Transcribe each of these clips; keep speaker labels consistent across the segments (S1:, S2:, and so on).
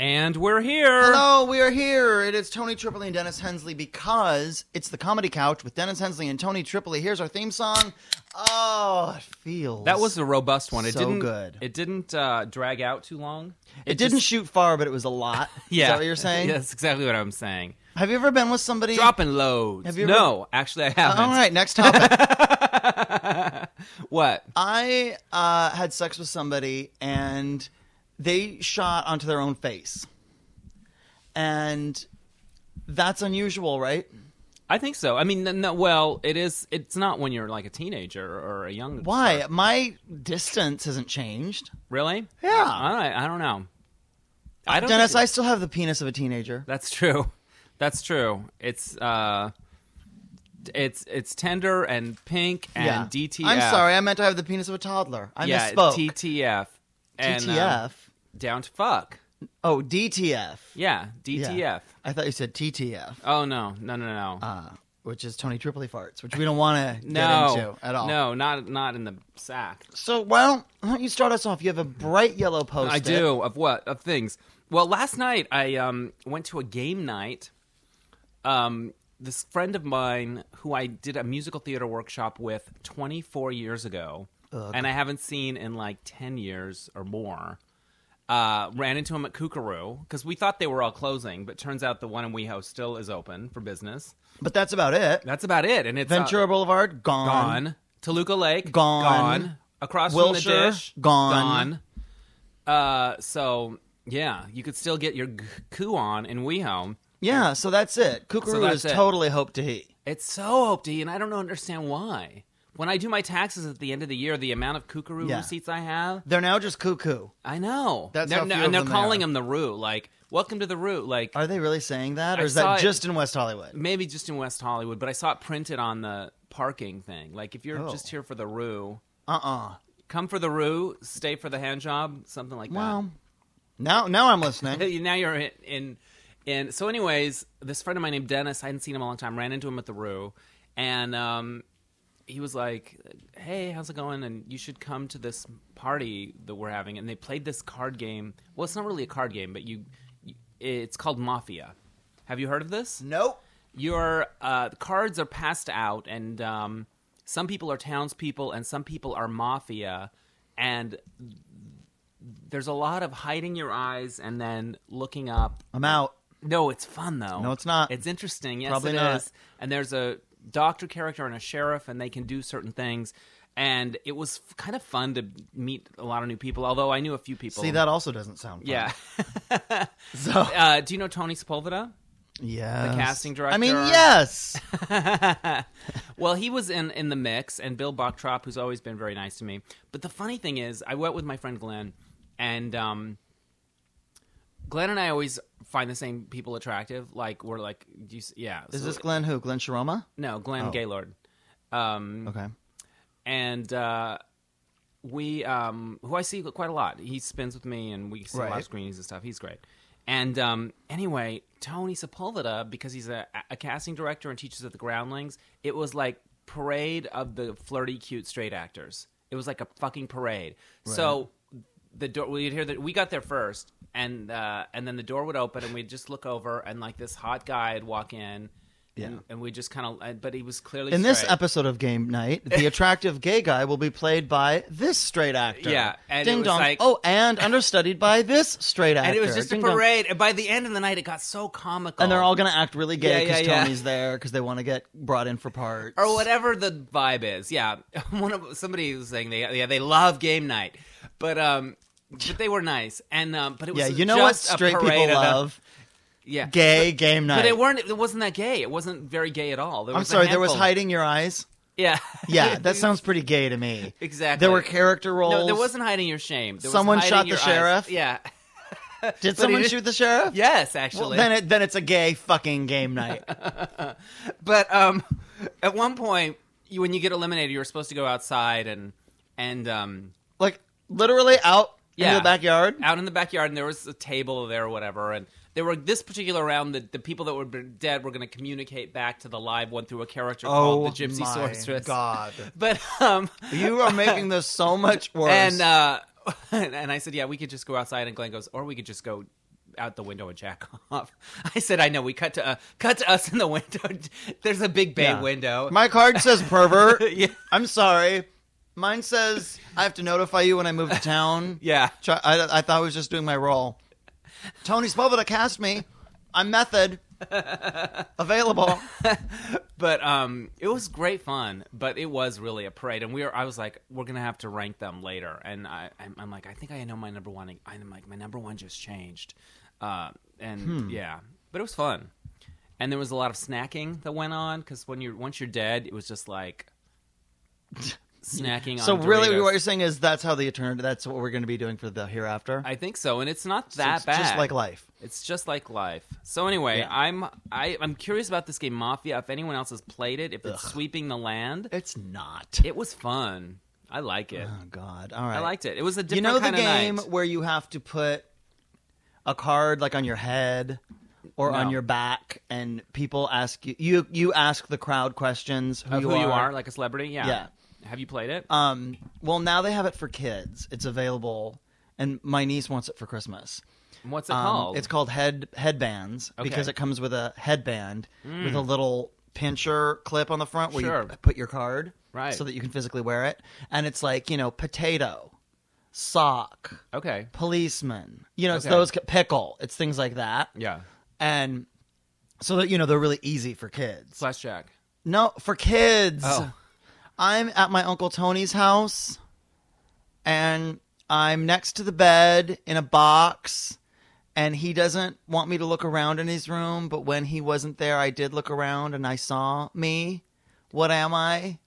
S1: And we're here.
S2: Hello, we are here. It is Tony Tripoli and Dennis Hensley because it's the Comedy Couch with Dennis Hensley and Tony Tripoli. Here's our theme song. Oh, it feels.
S1: That was a robust one. It
S2: So
S1: didn't
S2: good.
S1: It didn't uh, drag out too long.
S2: It, didn't
S1: just-
S2: shoot far, but it was a lot.
S1: yeah.
S2: Is that what you're saying?
S1: Yeah, that's exactly what I'm saying.
S2: Have you ever been with somebody?
S1: Dropping loads.
S2: Have you ever-
S1: no, actually, I haven't.
S2: All right, next topic.
S1: What?
S2: I uh, had sex with somebody and they shot onto their own face. And that's unusual, right?
S1: I think so. I mean, n- no, well, it is. It's not when you're like a teenager or a young.
S2: Why? My distance hasn't changed.
S1: Really?
S2: Yeah.
S1: All right. I don't know. I don't.
S2: Dennis,
S1: think-
S2: I still have the penis of a teenager.
S1: That's true. That's true. It's uh, it's it's tender and pink and DTF.
S2: I'm sorry, I meant to have the penis of a toddler. I
S1: yeah,
S2: misspoke.
S1: TTF. And, uh,
S2: TTF.
S1: down to fuck.
S2: Oh, DTF.
S1: Yeah,
S2: Yeah.
S1: DTF.
S2: I thought you said TTF,
S1: Oh no, no, no, no.
S2: uh, which is Tony Tripoli farts, which we don't want to
S1: no,
S2: get into at all.
S1: No, not not in the sack.
S2: So, well, why don't you start us off? You have a bright yellow post.
S1: I do of what of things. Well, last night I um, went to a game night. Um, this friend of mine who I did a musical theater workshop with 24 years ago, and I haven't seen in like 10 years or more. Uh, ran into him at Kookaroo because we thought they were all closing, but turns out the one in WeHo still is open for business.
S2: But that's about it.
S1: That's about it, and it's uh,
S2: Ventura Boulevard, gone.
S1: gone. Toluca Lake
S2: Gone.
S1: gone. Across from
S2: Wilshire,
S1: the dish
S2: gone.
S1: Gone. Uh, so yeah, you could still get your g- coup on in WeHo.
S2: Yeah, so that's it. Kookaroo
S1: So that's
S2: is
S1: it.
S2: totally hope to he.
S1: It's so hopey, and I don't understand why. When I do my taxes at the end of the year, the amount of Kookaroo
S2: Yeah.
S1: receipts I have,
S2: They're now just cuckoo.
S1: I know.
S2: That's
S1: they're,
S2: how few
S1: and
S2: of
S1: they're
S2: them they
S1: calling
S2: are.
S1: them the Roo. Like, welcome to the Roo. Like,
S2: Are they really saying that, or
S1: I
S2: is
S1: saw
S2: that
S1: it-
S2: just in West Hollywood?
S1: maybe just in West Hollywood, but I saw it printed on the parking thing. Like, if you're
S2: Oh.
S1: just here for the Roo,
S2: Uh uh
S1: come for the Roo, stay for the hand job, something like that.
S2: Well, now now I'm listening.
S1: Hey, now you're in, in in so anyways this friend of mine named dennis i hadn't seen him in a long time ran into him at the rue and um he was like hey how's it going and you should come to this party that we're having and they played this card game well it's not really a card game but you you- it's called mafia have you heard of this
S2: Nope.
S1: your uh, cards are passed out, and um, some people are townspeople, and some people are mafia, and there's a lot of hiding your eyes and then looking up.
S2: I'm out.
S1: No, it's fun though.
S2: No, it's not.
S1: It's interesting. Yes,
S2: Probably
S1: it
S2: not.
S1: is. And there's a doctor character and a sheriff, and they can do certain things. And it was f- kind of fun to meet a lot of new people. Although I knew a few people.
S2: See, that also doesn't sound fun.
S1: Yeah.
S2: So,
S1: uh, do you know Tony Sepulveda?
S2: yes.
S1: casting
S2: I mean,
S1: director.
S2: yes.
S1: Well, he was in in the mix, and Bill Bachtrop, who's always been very nice to me. But the funny thing is, I went with my friend Glenn, and um, Glenn and I always find the same people attractive. Like we're like, do you, s- yeah.
S2: Is
S1: so-
S2: this Oh. Glenn who? Glenn Sharoma?
S1: no Glenn Gaylord? Um,
S2: Okay.
S1: and uh, we um, who I see quite a lot. He spins with me, and we see a lot
S2: Right.
S1: of screenings and stuff. He's great. And um, anyway, Tony Sepulveda, because he's a, a casting director and teaches at the Groundlings, it was like parade of the flirty, cute straight actors. It was like a fucking parade. So the door we'd hear that we got there first, and uh, and then the door would open, and we'd just look over, and like this hot guy'd walk in.
S2: Yeah.
S1: And, and we just kind of, but he was clearly
S2: In this
S1: straight.
S2: episode of Game Night, the attractive gay guy will be played by this straight actor.
S1: Yeah, and it
S2: Ding
S1: was
S2: dong.
S1: like-
S2: oh, and understudied by this straight actor.
S1: and it was just a
S2: Ding dong.
S1: parade. And by the end of the night, it got so comical.
S2: And they're all going to act really gay
S1: Yeah, yeah,
S2: because
S1: yeah.
S2: Tony's there because they want to get brought in for parts.
S1: or whatever the vibe is. Yeah, one of somebody was saying they yeah they love game night, but um, but they were nice and um, but it was
S2: Yeah, you know what
S1: just a
S2: straight people
S1: parade of the-
S2: love?
S1: yeah,
S2: Gay game night.
S1: But it weren't. It wasn't that gay. It wasn't very gay at all. There
S2: I'm
S1: was a
S2: sorry, there was
S1: handful.
S2: hiding your eyes.
S1: Yeah,
S2: Yeah, that sounds pretty gay to me.
S1: exactly.
S2: There were character roles.
S1: No, there wasn't hiding your shame. There was
S2: Someone
S1: hiding
S2: shot the
S1: your eyes.
S2: sheriff?
S1: Yeah.
S2: Did
S1: he
S2: someone
S1: did-
S2: shoot the sheriff?
S1: Yes, actually.
S2: Well, then it then it's a gay fucking game night.
S1: But um, at one point, you, when you get eliminated, you're supposed to go outside and and um,
S2: like literally out in
S1: Yeah.
S2: the backyard.
S1: out in the backyard, and there was a table there or whatever. And they were this particular round, the, the people that were b- dead were going to communicate back to the live one through a character called the Gypsy
S2: Oh my
S1: Sorceress.
S2: God,
S1: But um, uh,
S2: you are making this so much worse.
S1: and uh, and I said, yeah, we could just go outside. And Glenn goes, or we could just go out the window and jack off. I said, I know. We cut to uh, cut to us in the window. There's a big bay
S2: Yeah.
S1: window.
S2: My card says pervert.
S1: Yeah.
S2: I'm sorry. Mine says I have to notify you when I move to town.
S1: yeah.
S2: Try- I, I thought I was just doing my role. Tony Spavoda cast me. I'm method. Available.
S1: But um, it was great fun. But it was really a parade, and we were. I was like, we're gonna have to rank them later. And I, I'm, I'm like, I think I know my number one. I'm like, my number one just changed. Uh, and
S2: Hmm.
S1: yeah, but it was fun. And there was a lot of snacking that went on because when you're once you're dead, it was just like snacking.
S2: So
S1: on
S2: really,
S1: Doritos.
S2: what you're saying is that's how the eternity. That's what we're going to be doing for the hereafter.
S1: I think so, and it's not
S2: So
S1: that
S2: it's
S1: bad.
S2: Just like life.
S1: It's just like life. So anyway,
S2: Yeah.
S1: I'm I, I'm curious about this game Mafia. If anyone else has played it, if it's sweeping the land,
S2: It's not.
S1: it was fun. I like it.
S2: oh God. All right.
S1: I liked it. It was a different
S2: you know the
S1: kind of
S2: game
S1: night.
S2: where you have to put a card like on your head or on
S1: No.
S2: your back, and people ask you. You you ask the crowd questions who,
S1: Of
S2: you,
S1: who
S2: are.
S1: you are, like a celebrity. Yeah.
S2: Yeah.
S1: Have you played it?
S2: Um, well, now they have it for kids. It's available, and my niece wants it for Christmas.
S1: What's it
S2: Um,
S1: called?
S2: It's called head headbands because
S1: Okay. Mm.
S2: it comes with a headband with a little pincher clip on the front where
S1: Sure.
S2: you p- put your card,
S1: Right.
S2: so that you can physically wear it. And it's like you know, potato, sock,
S1: okay.
S2: policeman. You know, it's
S1: Okay.
S2: those ki- pickle. It's things like that.
S1: Yeah.
S2: and so that you know they're really easy for kids.
S1: Flashjack.
S2: No, for kids.
S1: Oh.
S2: I'm at my Uncle Tony's house and I'm next to the bed in a box and he doesn't want me to look around in his room, but when he wasn't there I did look around and I saw me. What am I?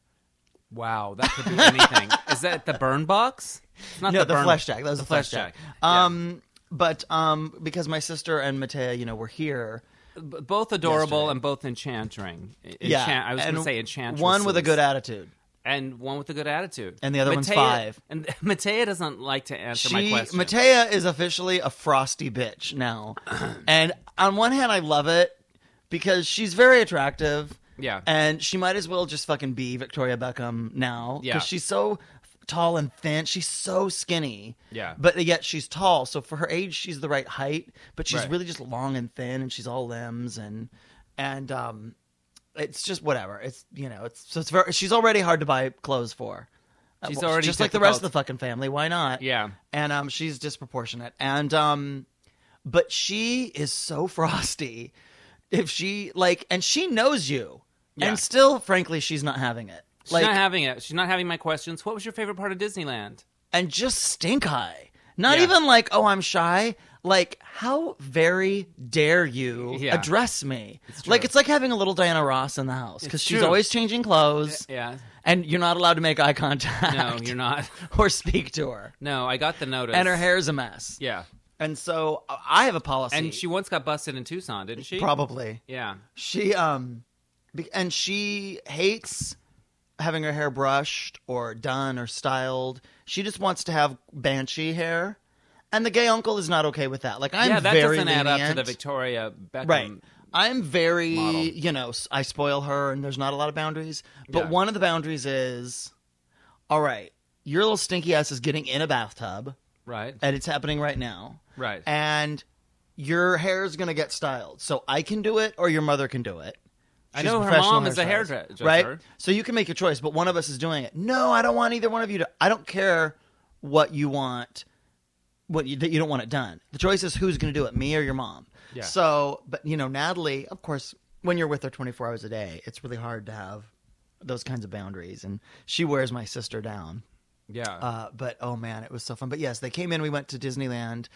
S1: Wow, that could be anything. Is that the burn box? It's not
S2: No, the
S1: burn-
S2: flesh jack. That was the, flesh jack.
S1: Yeah.
S2: Um but um because my sister and Matea, you know, were here.
S1: B- both adorable
S2: Yesterday.
S1: and both enchanting. Enchant-
S2: yeah.
S1: I was going to
S2: and
S1: say enchantress.
S2: One with a good attitude.
S1: and one with a good attitude,
S2: And the other one's
S1: Matea-
S2: five.
S1: And Matea doesn't like to answer my
S2: She
S1: question.
S2: Matea is officially a frosty bitch now. and on one hand I love it because she's very attractive.
S1: Yeah.
S2: And she might as well just fucking be Victoria Beckham now.
S1: Yeah.
S2: she's so tall and thin. She's so skinny.
S1: Yeah.
S2: But yet she's tall. So for her age, she's the right height. But she's
S1: Right.
S2: really just long and thin and she's all limbs and and um it's just whatever. It's you know, it's so it's very she's already hard to buy clothes for. Uh,
S1: She's
S2: well,
S1: already
S2: just like the rest of the
S1: difficult.
S2: fucking family. Why not?
S1: Yeah.
S2: and um, she's disproportionate, and um, but she is so frosty. If she like, and she knows you,
S1: Yeah.
S2: and still, frankly, she's not having it.
S1: She's
S2: like,
S1: not having it. She's not having my questions. What was your favorite part of Disneyland?
S2: and just stink eye. Not
S1: Yeah.
S2: even like, oh, I'm shy. Like, how very dare you
S1: Yeah.
S2: address me?
S1: true.
S2: like, it's like having a little Diana Ross in the house because
S1: It's
S2: she's
S1: true.
S2: always changing clothes,
S1: Yeah.
S2: and you're not allowed to make eye contact
S1: No, you're not.
S2: or speak to her.
S1: No, I got the notice.
S2: And her hair's a mess.
S1: Yeah.
S2: And so I I have a policy.
S1: And she once got busted in Tucson, didn't she?
S2: probably
S1: Yeah.
S2: she um, be- and she hates having her hair brushed or done or styled. She just wants to have banshee hair, and the gay uncle is not okay with that. Like I'm
S1: yeah, that
S2: very
S1: doesn't add up to the
S2: lenient.
S1: Victoria Beckham.
S2: right. I'm very,
S1: model.
S2: you know, s- I spoil her, and there's not a lot of boundaries. But
S1: Yeah.
S2: one of the boundaries is, all right, your little stinky ass is getting in a bathtub,
S1: Right.
S2: and it's happening right now
S1: Right.
S2: and your hair is going to get styled. So I can do it, or your mother can do it.
S1: I
S2: She's
S1: know her
S2: professional
S1: mom is a
S2: hairstylist,
S1: hairdresser.
S2: right? So you can make your choice, but one of us is doing it. No, I don't want either one of you to. I don't care what you want, what you, that you don't want it done. The choice is who's going to do it, me or your mom.
S1: Yeah.
S2: So, but you know, Natalie, of course, when you're with her 24 hours a day, it's really hard to have those kinds of boundaries, and she wears my sister down.
S1: yeah.
S2: Uh, but oh man, it was so fun. But yes, they came in. We went to Disneyland.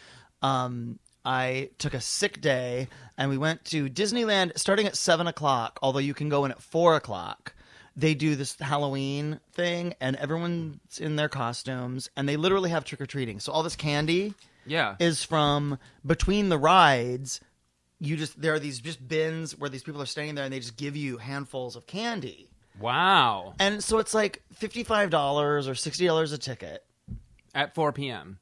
S2: Um, I took a sick day and we went to Disneyland starting at seven o'clock. Although you can go in at four o'clock. They do this Halloween thing and everyone's in their costumes and they literally have trick or treating. So all this candy
S1: yeah.
S2: is from between the rides. You just there are these just bins where these people are standing there and they just give you handfuls of candy.
S1: wow.
S2: And so it's like $55 or $60 a ticket
S1: At 4 p.m.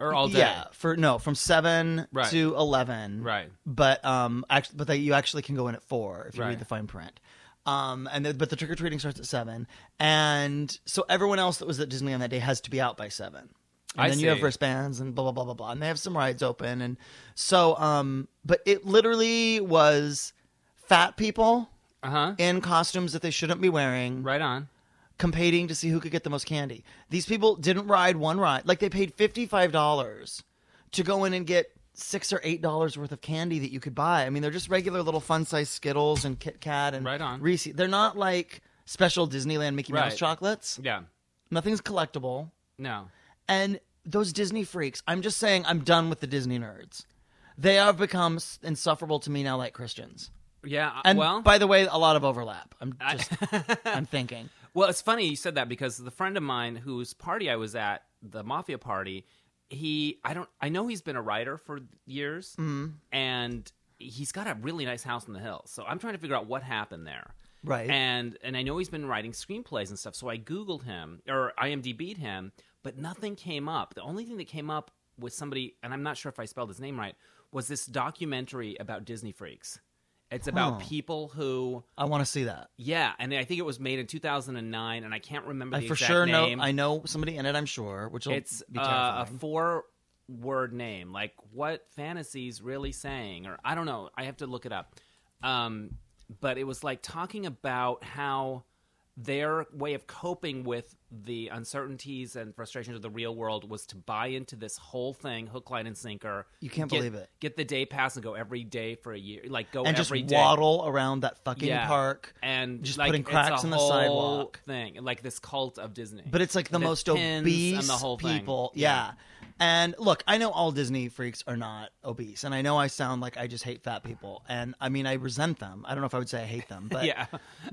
S1: Or all day.
S2: Yeah, for no, from seven
S1: Right.
S2: to eleven.
S1: Right.
S2: But um, actually, but they, you actually can go in at four if you
S1: Right.
S2: read the fine print. Um, and the, but the trick or treating starts at seven, and so everyone else that was at Disneyland that day has to be out by seven. and
S1: I
S2: then you have
S1: see.
S2: wristbands and blah blah blah blah blah and they have some rides open and so um but it literally was fat people
S1: Uh huh.
S2: in costumes that they shouldn't be wearing
S1: Right on.
S2: competing to see who could get the most candy these people didn't ride one ride like they paid $55 to go in and get six or eight dollars worth of candy that you could buy i mean they're just regular little fun size skittles and kit kat and
S1: Right on.
S2: reese they're not like special disneyland mickey mouse
S1: Right.
S2: chocolates
S1: Yeah.
S2: nothing's collectible
S1: No.
S2: and those Disney freaks, I'm just saying, I'm done with the Disney nerds. They have become s- insufferable to me now, like Christians.
S1: Yeah. I-
S2: And
S1: well,
S2: by the way, a lot of overlap. I'm just, I'm thinking.
S1: well, it's funny you said that because the friend of mine whose party I was at, the mafia party, he, I don't, I know he's been a writer for years, and he's got a really nice house in the hills. So I'm trying to figure out what happened there.
S2: Right.
S1: And and I know he's been writing screenplays and stuff. So I Googled him or IMDb'd him, but nothing came up. The only thing that came up was somebody, and I'm not sure if I spelled his name right, was this documentary about Disney freaks. It's about
S2: Huh.
S1: people who,
S2: I want to see that.
S1: yeah, and I think it was made in 2009, and I can't remember
S2: I
S1: the
S2: for
S1: exact
S2: sure
S1: name.
S2: know. I know somebody in it. I'm sure, which will
S1: it's
S2: be
S1: uh, a
S2: terrifying.
S1: four-word name, like what fantasy's really saying, or I don't know. I have to look it up. Um, but it was like talking about how their way of coping with the uncertainties and frustrations of the real world was to buy into this whole thing, hook, line, and sinker.
S2: You can't
S1: Get-
S2: believe it.
S1: Get the day pass and go every day for a year, like go
S2: and just
S1: every day
S2: waddle around that fucking
S1: Yeah.
S2: park.
S1: and
S2: Just
S1: like,
S2: putting
S1: it's
S2: cracks
S1: a
S2: in the
S1: whole
S2: sidewalk.
S1: thing, like this cult of Disney.
S2: But it's like the,
S1: The
S2: most
S1: pins and the
S2: obese
S1: whole thing.
S2: people. Yeah. And look, I know all Disney freaks are not obese, and I know I sound like I just hate fat people, and I mean I resent them. I don't know if I would say I hate them, but
S1: Yeah.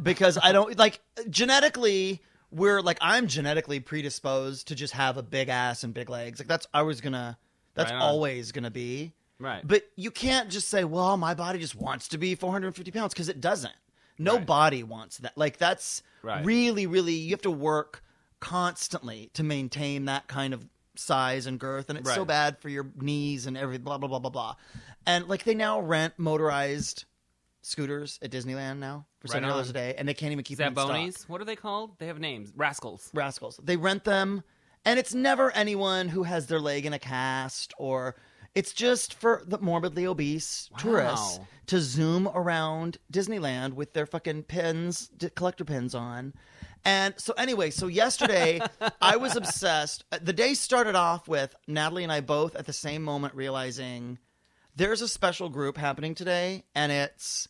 S2: because I don't like genetically. We're like I'm genetically predisposed to just have a big ass and big legs. Like that's I was gonna. That's
S1: Right on.
S2: always gonna be.
S1: Right.
S2: But you can't just say, "Well, my body just wants to be 450 pounds," because it doesn't. No
S1: Right.
S2: body wants that. Like that's
S1: Right.
S2: really, really. You have to work constantly to maintain that kind of size and girth, and it's so
S1: Right.
S2: bad for your knees and every blah blah blah blah blah. And like they now rent motorized secooters at Disneyland now for
S1: Right
S2: seven dollars
S1: on.
S2: a day, and they can't even keep them in stock.
S1: Zabonies? What are they called? They have names. Rascals.
S2: rascals. They rent them, and it's never anyone who has their leg in a cast or it's just for the morbidly obese tourists
S1: Wow.
S2: to zoom around Disneyland with their fucking pins, d- collector pins on. And so, anyway, so yesterday I was obsessed. Uh, The day started off with Natalie and I both at the same moment realizing there's a special group happening today, and it's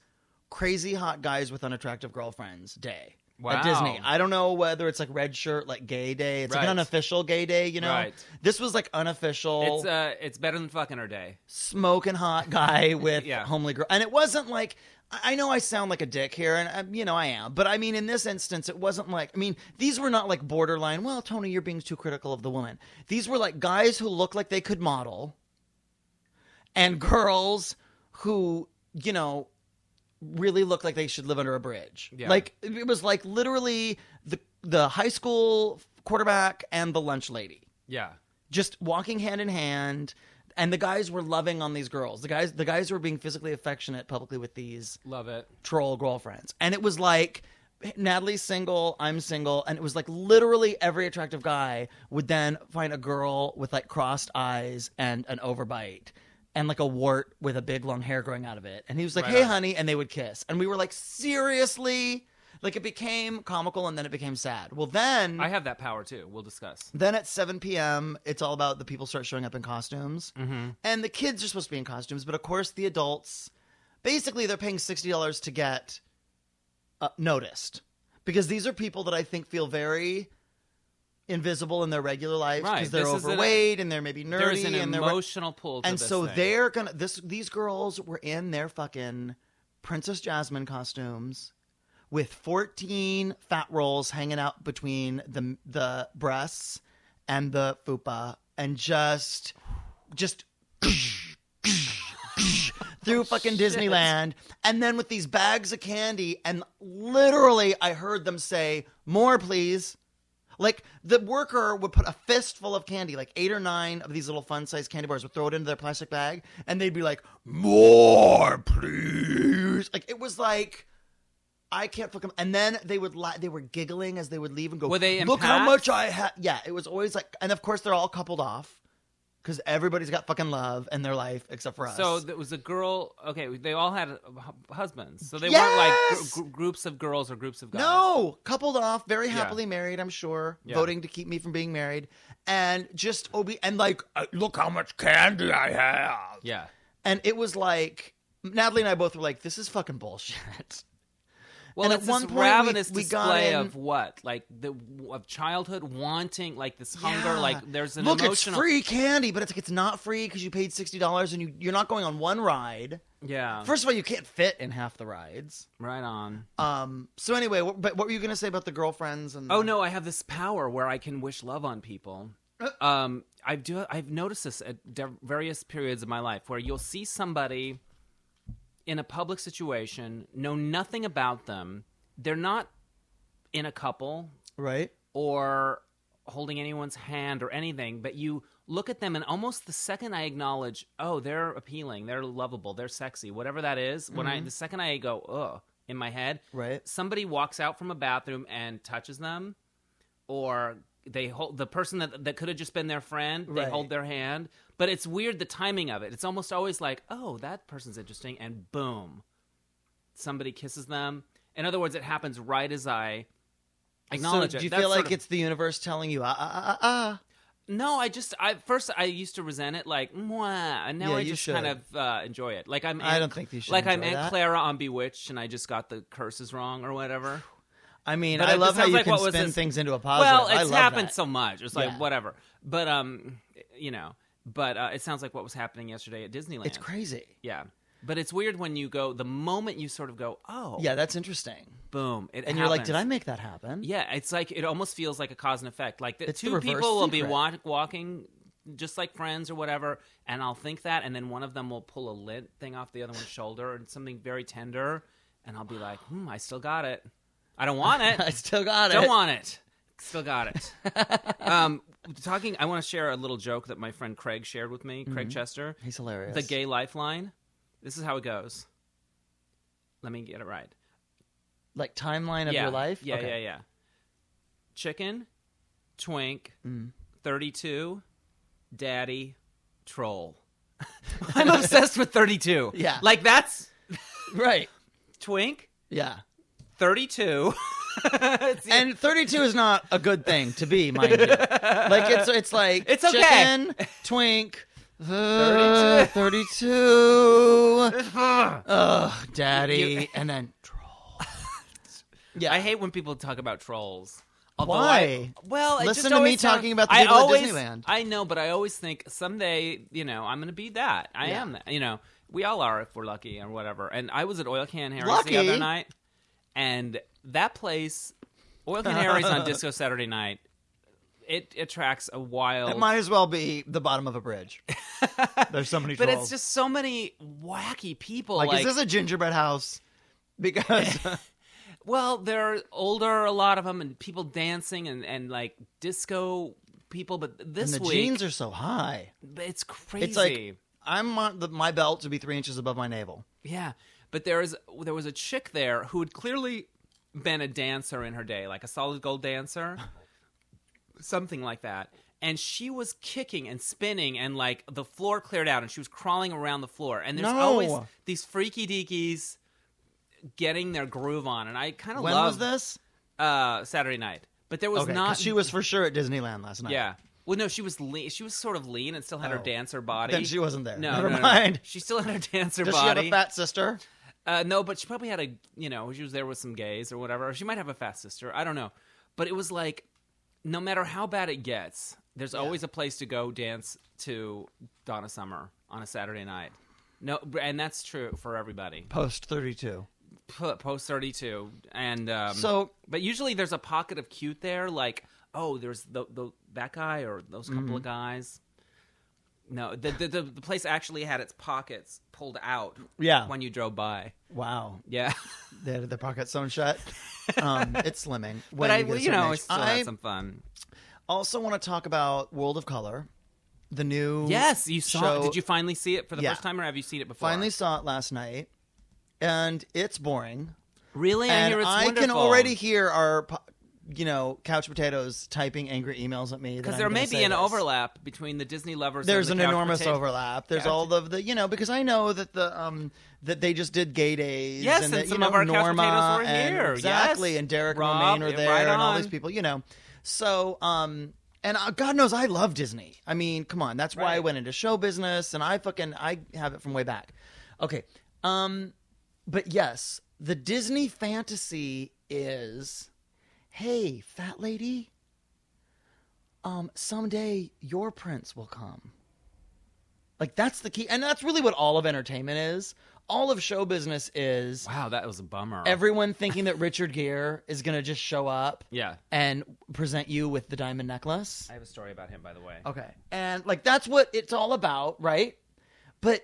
S2: Crazy Hot Guys with Unattractive Girlfriends Day.
S1: Wow.
S2: At Disney. I don't know whether it's like red shirt, like gay day. It's like
S1: Right.
S2: an unofficial gay day, you know?
S1: Right.
S2: This was like unofficial,
S1: It's uh, it's better than fucking her day.
S2: smoking hot guy with
S1: Yeah.
S2: homely girl. And it wasn't like, I I know I sound like a dick here, and um, you know I am, but I mean, in this instance, it wasn't like, I mean, these were not like borderline, well, Tony, you're being too critical of the woman. These were like guys who looked like they could model and girls who, you know, really look like they should live under a bridge.
S1: Yeah.
S2: Like it was like literally the the high school quarterback and the lunch lady
S1: Yeah.
S2: just walking hand in hand and the guys were loving on these girls. The guys the guys were being physically affectionate publicly with these
S1: Love it.
S2: troll girlfriends. And it was like Natalie's single, I'm single, and it was like literally every attractive guy would then find a girl with like crossed eyes and an overbite and like a wart with a big long hair growing out of it. And he was like,
S1: Right
S2: "Hey
S1: on.
S2: honey," and they would kiss. And we were like, "Seriously?" Like it became comical and then it became sad. Well, then
S1: I have that power too. We'll discuss.
S2: then at 7 p.m., it's all about the people start showing up in costumes. Mm-hmm. And the kids are supposed to be in costumes, but of course, the adults basically they're paying $60 to get uh, noticed because these are people that I think feel very invisible in their regular lives because
S1: Right.
S2: they're
S1: This is an-
S2: overweight and they're maybe nerdy
S1: There is an
S2: and they're
S1: emotional pull to
S2: and
S1: this
S2: so
S1: thing.
S2: they're gonna this these girls were in their fucking princess jasmine costumes with 14 fat rolls hanging out between the the breasts and the fupa and just just
S1: Oh,
S2: through fucking Disneyland and then with these bags of candy and literally I heard them say more please like the worker would put a fistful of candy, like eight or nine of these little fun sized candy bars, would throw it into their plastic bag, and they'd be like, "More, please!" Like it was like I can't fucking. And then they would la- they were giggling as they would leave and go.
S1: Were they in
S2: Look how
S1: packs?
S2: much I had. Yeah, it was always like, and of course they're all coupled off because everybody's got fucking love in their life except for us.
S1: So it was a girl. Okay, they all had uh, hu- husbands, so they
S2: Yes!
S1: weren't like gr- gr- groups of girls or groups of guys.
S2: No, coupled off, very happily married, I'm sure,
S1: Yeah.
S2: voting to keep me from being married, and just obi and like, uh, look how much candy I have,
S1: Yeah.
S2: and it was like Natalie and I both were like, this is fucking bullshit.
S1: Well,
S2: And
S1: it's
S2: at
S1: this
S2: one point we-
S1: ravenous
S2: we got
S1: display
S2: in-
S1: of what, like the of childhood wanting, like this hunger,
S2: Yeah.
S1: like there's an
S2: look,
S1: emotional.
S2: it's free candy, but it's like it's not free because you paid sixty dollars and you you're not going on one ride.
S1: Yeah.
S2: First of all, you can't fit in half the rides.
S1: right on.
S2: Um. So anyway, what, but what were you gonna say about the girlfriends and?
S1: Oh no, I have this power where I can wish love on people. Um, I do. I've noticed this at de- various periods of my life where you'll see somebody in a public situation, know nothing about them. They're not in a couple
S2: Right.
S1: or holding anyone's hand or anything, but you look at them and almost the second I acknowledge, oh, they're appealing, they're lovable, they're sexy, whatever that is, when I the second I go, ugh, in my head,
S2: Right.
S1: somebody walks out from a bathroom and touches them or they hold the person that that could have just been their friend, they
S2: Right.
S1: hold their hand, but it's weird the timing of it. It's almost always like, oh, that person's interesting and boom. Somebody kisses them. In other words, it happens right as I acknowledge
S2: so
S1: it.
S2: do you
S1: That's
S2: feel
S1: sort
S2: like
S1: of-
S2: it's the universe telling you, ah, ah, ah, ah, ah?
S1: No, I just I first I used to resent it like mwah, and now
S2: Yeah,
S1: I
S2: you
S1: just
S2: should.
S1: kind of uh, enjoy it. Like I'm
S2: I
S1: Aunt-
S2: don't think you should
S1: Like I'm Aunt
S2: enjoy that.
S1: Clara on Bewitched, and I just got the curses wrong or whatever.
S2: I mean,
S1: But
S2: I
S1: it
S2: love how
S1: sounds
S2: you
S1: like,
S2: can
S1: what was
S2: spin
S1: this?
S2: things into a positive.
S1: Well,
S2: I
S1: it's
S2: love
S1: happened
S2: that.
S1: so much. It's like
S2: Yeah.
S1: whatever. But um, you know, but uh, it sounds like what was happening yesterday at Disneyland.
S2: It's crazy.
S1: Yeah. But it's weird when you go the moment you sort of go, oh,
S2: Yeah, that's interesting.
S1: boom, it
S2: And you're like,
S1: happens.
S2: did I make that happen?
S1: Yeah, it's like it almost feels like a cause and effect. Like the
S2: It's the
S1: two
S2: reverse
S1: people will be
S2: secret.
S1: wa- walking just like friends or whatever, and I'll think that, and then one of them will pull a lint thing off the other one's shoulder and something very tender, and I'll be like, hmm, I still got it. I don't want it.
S2: I still got
S1: Don't
S2: it.
S1: want it. Still got it. um, talking. I want to share a little joke that my friend Craig shared with me. Craig
S2: Mm-hmm.
S1: Chester,
S2: He's hilarious.
S1: the gay lifeline. This is how it goes. Let me get it right
S2: like timeline of
S1: yeah.
S2: your life.
S1: Yeah,
S2: Okay.
S1: yeah, yeah. Chicken, twink,
S2: Mm.
S1: 32, daddy, troll. I'm obsessed with 32.
S2: Yeah.
S1: Like that's
S2: Right.
S1: twink,
S2: Yeah.
S1: 32. It's-
S2: And 32 is not a good thing to be, mind you. Like it's it's like
S1: It's okay.
S2: chicken, twink, uh, 32. Ugh, daddy, and then troll. Yeah.
S1: I hate when people talk about trolls. Although
S2: Why?
S1: I, well, it
S2: Listen
S1: just
S2: to me
S1: always sound-
S2: talking about the
S1: I
S2: people at
S1: always,
S2: Disneyland.
S1: I know, but I always think someday, you know, I'm going to be that. I
S2: Yeah.
S1: am that. You know, we all are if we're lucky or whatever. And I was at Oil Can Harry's
S2: Lucky?
S1: the other night, and that place, Oil Can Harry's on Disco Saturday night. It attracts a wild.
S2: It might as well be the bottom of a bridge. There's so many
S1: but
S2: trolls.
S1: it's just so many wacky people.
S2: like, is this a gingerbread house? Because
S1: Well, they're older, a lot of them, and people dancing and, and like disco people. But this
S2: the
S1: week,
S2: jeans are so high.
S1: it's crazy.
S2: It's like I'm want the, my belt to be three inches above my navel.
S1: yeah, but there is there was a chick there who had clearly been a dancer in her day, like a solid gold dancer, something like that. And she was kicking and spinning, and like the floor cleared out, and she was crawling around the floor. And there's
S2: No.
S1: always these freaky deekies getting their groove on, and I kind of
S2: When
S1: love
S2: was this?
S1: uh, Saturday night. But there was
S2: Okay, 'cause
S1: not
S2: she was for sure at Disneyland last night.
S1: Yeah. Well, no, she was lean. She was sort of lean and still had
S2: Oh.
S1: her dancer body.
S2: Then she wasn't there.
S1: No,
S2: Never
S1: no, no, no.
S2: mind.
S1: She still had her dancer
S2: Does
S1: body.
S2: she have a fat sister?
S1: uh, no, but she probably had a you know she was there with some gays or whatever. Or she might have a fat sister. I don't know. But it was like, no matter how bad it gets, there's always a place to go dance to Donna Summer on a Saturday night. No, and that's true for everybody.
S2: Post 32.
S1: P- Post thirty two, and um,
S2: So-
S1: but usually there's a pocket of cute there. Like, oh, there's the, the that guy or those couple
S2: Mm-hmm.
S1: of guys. No, the, the the the place actually had its pockets pulled out.
S2: Yeah.
S1: when you drove by.
S2: Wow.
S1: Yeah,
S2: They had their pockets sewn shut. Um, it's slimming.
S1: but
S2: when
S1: I
S2: you get a
S1: you
S2: certain
S1: know
S2: age.
S1: I still
S2: I
S1: had some fun.
S2: also want to talk about World of Color, the new.
S1: Yes, you saw.
S2: show-
S1: Did you finally see it for the
S2: Yeah.
S1: first time, or have you seen it before?
S2: finally saw it last night, and it's boring.
S1: Really? I
S2: and
S1: hear it's
S2: I can
S1: wonderful.
S2: already hear our, po- you know, couch potatoes typing angry emails at me
S1: Because
S2: because
S1: there may be an
S2: this.
S1: overlap between the Disney lovers.
S2: There's
S1: and
S2: an
S1: the couch
S2: enormous
S1: potato-
S2: overlap. There's
S1: Yeah.
S2: all of the you know because I know that the um that they just did gay days.
S1: Yes,
S2: and,
S1: and
S2: that, you
S1: some
S2: know,
S1: of our couch
S2: Norma
S1: potatoes were
S2: and-
S1: here.
S2: exactly,
S1: Yes.
S2: and Derek
S1: Rob,
S2: Romaine are
S1: yeah,
S2: there,
S1: right
S2: and all
S1: on.
S2: these people. You know, so um and uh, God knows I love Disney. I mean, come on, that's why I
S1: Right.
S2: went into show business, and I fucking I have it from way back. Okay, um, but yes, the Disney fantasy is, hey, fat lady. Um, someday your prince will come. Like that's the key, and that's really what all of entertainment is. All of show business is
S1: Wow, that was a bummer.
S2: everyone thinking that Richard Gere is gonna just show up
S1: yeah,
S2: and present you with the diamond necklace.
S1: I have a story about him, by the way.
S2: Okay, and like that's what it's all about, right? But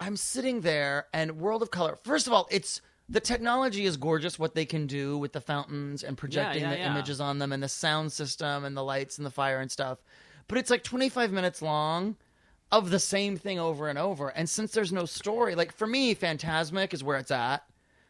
S2: I'm sitting there, and World of Color. First of all, it's the technology is gorgeous. What they can do with the fountains and projecting
S1: yeah,
S2: the
S1: yeah.
S2: images on them, and the sound system, and the lights, and the fire and stuff. But it's like 25 minutes long of the same thing over and over. And since there's no story, like for me, Phantasmic is where it's at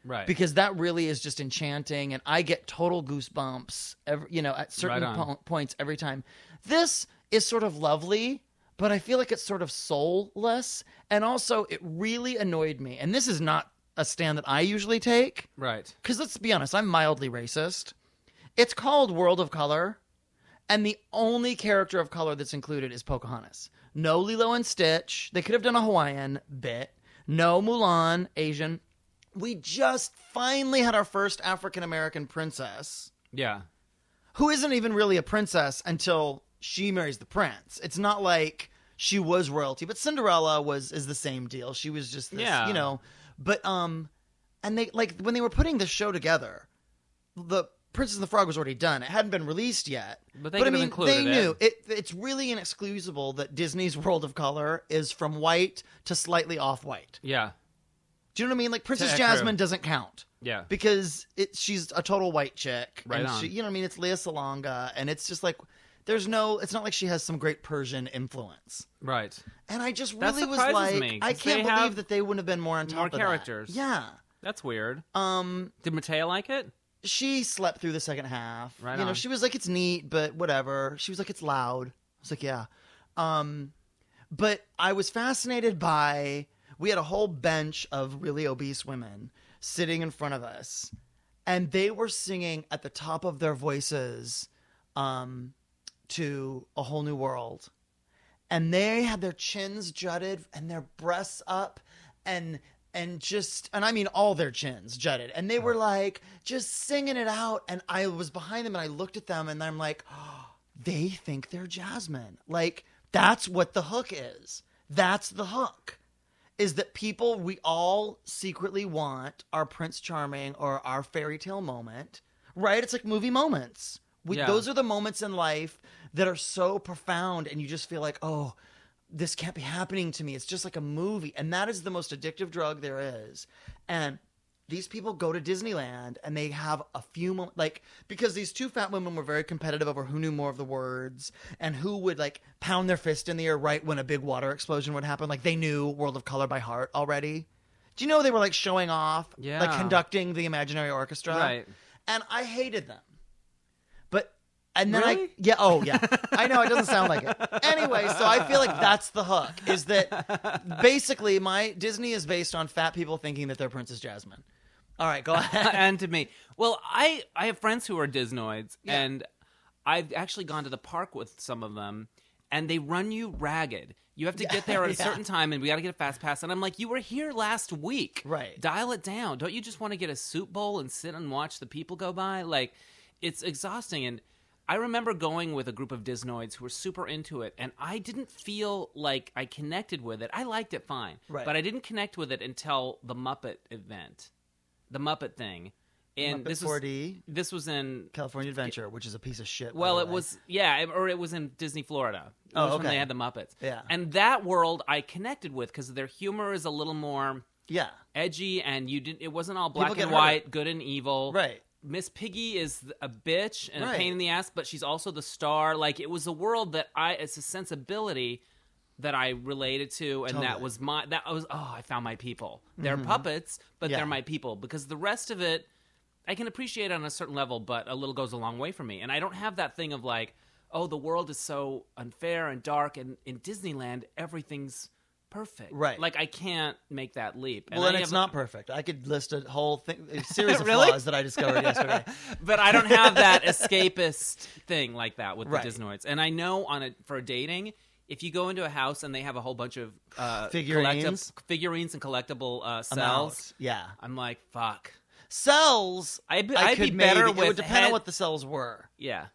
S1: Right.
S2: because that really is just enchanting and i get total goosebumps every, you know at certain
S1: Right on.
S2: po- points every time this is sort of lovely but i feel like it's sort of soulless and also it really annoyed me and this is not a stand that i usually take
S1: right.
S2: because let's be honest i'm mildly racist it's called world of color and the only character of color that's included is pocahontas no lilo and stitch they could have done a hawaiian bit no mulan asian we just finally had our first African American princess
S1: Yeah.
S2: who isn't even really a princess until she marries the prince. It's not like she was royalty, but Cinderella was is the same deal. She was just this,
S1: Yeah.
S2: you know, but um and they like when they were putting this show together, the Princess and the Frog was already done. It hadn't been released yet.
S1: But they
S2: I
S1: could have
S2: mean,
S1: included
S2: they
S1: it.
S2: knew it. It's really inexcusable that Disney's World of Color is from white to slightly off white.
S1: Yeah.
S2: Do you know what I mean? Like Princess
S1: Ekru.
S2: Jasmine doesn't count
S1: Yeah.
S2: because it, she's a total white chick.
S1: Right
S2: and
S1: on.
S2: She, you know what I mean? It's Leah Salonga, and it's just like there's no. It's not like she has some great Persian influence.
S1: right.
S2: And I just
S1: That
S2: really was
S1: surprises
S2: like,
S1: me, 'cause
S2: I can't
S1: they
S2: believe
S1: have
S2: that they wouldn't have been more on top
S1: more
S2: of that.
S1: characters.
S2: Yeah.
S1: That's weird.
S2: Um,
S1: Did Matea like it?
S2: she slept through the second half.
S1: Right
S2: you know,
S1: on.
S2: she was like, it's neat, but whatever. She was like, it's loud. I was like, yeah. Um, but I was fascinated by. We had a whole bench of really obese women sitting in front of us, and they were singing at the top of their voices um, to A Whole New World. And they had their chins jutted and their breasts up and and just and I mean all their chins jutted. And they were like just singing it out and I was behind them and I looked at them and I'm like they think they're Jasmine. Like that's what the hook is. That's the hook. Is that people we all secretly want our Prince Charming or our fairy tale moment, right? It's like movie moments. We,
S1: Yeah.
S2: Those are the moments in life that are so profound, and you just feel like, oh, this can't be happening to me. It's just like a movie. And that is the most addictive drug there is. And these people go to Disneyland and they have a few moments, like, because these two fat women were very competitive over who knew more of the words and who would, like, pound their fist in the air right when a big water explosion would happen. Like, they knew World of Color by heart already. Do you know they were, like, showing off, like,
S1: Yeah.
S2: conducting the imaginary orchestra?
S1: Right.
S2: And I hated them. But and then I
S1: Really?
S2: yeah oh yeah I know it doesn't sound like it anyway so I feel like that's the hook is that basically my Disney is based on fat people thinking that they're Princess Jasmine. All right, go ahead.
S1: and to me. Well, I I have friends who are Disnoids,
S2: Yeah.
S1: and I've actually gone to the park with some of them, and they run you ragged. You have to get there at a
S2: Yeah.
S1: certain time, and we got to get a fast pass. And I'm like, you were here last week,
S2: Right.
S1: Dial it down. Don't you just want to get a soup bowl and sit and watch the people go by? Like, it's exhausting. And I remember going with a group of Disnoids who were super into it, and I didn't feel like I connected with it. I liked it fine,
S2: Right.
S1: but I didn't connect with it until the Muppet event the Muppet thing, and
S2: Muppet
S1: this was
S2: 4D
S1: this was in
S2: California Adventure, which is a piece of shit. by
S1: well,
S2: the
S1: it
S2: way.
S1: was yeah, or it was in Disney Florida. It
S2: Oh,
S1: was when
S2: okay.
S1: they had the Muppets.
S2: Yeah.
S1: and that world I connected with because their humor is a little more
S2: yeah
S1: edgy, and you didn't. It wasn't all
S2: People
S1: black
S2: get
S1: and
S2: hurt.
S1: white, good and evil.
S2: right.
S1: Miss Piggy is th- a bitch and
S2: Right.
S1: a pain in the ass, but she's also the star. Like it was a world that I, it's a sensibility that I related to, and that
S2: Totally. Mm-hmm.
S1: was my that was oh I found my people. They're puppets, but
S2: Yeah.
S1: they're my people because the rest of it I can appreciate on a certain level, but a little goes a long way for me. And I don't have that thing of like, oh, the world is so unfair and dark, and in Disneyland everything's perfect.
S2: Right.
S1: Like I can't make that leap.
S2: Well, and
S1: I
S2: it's
S1: have-
S2: not perfect. I could list a whole thing, a series of
S1: Really?
S2: flaws that I discovered yesterday.
S1: but I don't have that escapist thing like that with
S2: Right.
S1: the Disnoids. And I know on a for dating, if you go into a house and they have a whole bunch of uh,
S2: Figurines.
S1: collecti- figurines and collectible uh,
S2: I'm out.
S1: cells,
S2: Yeah.
S1: I'm like, fuck.
S2: Cells.
S1: I'd be-
S2: I
S1: I'd
S2: could
S1: be better
S2: maybe- It would
S1: with
S2: depend on
S1: head-
S2: what the cells were.
S1: Yeah.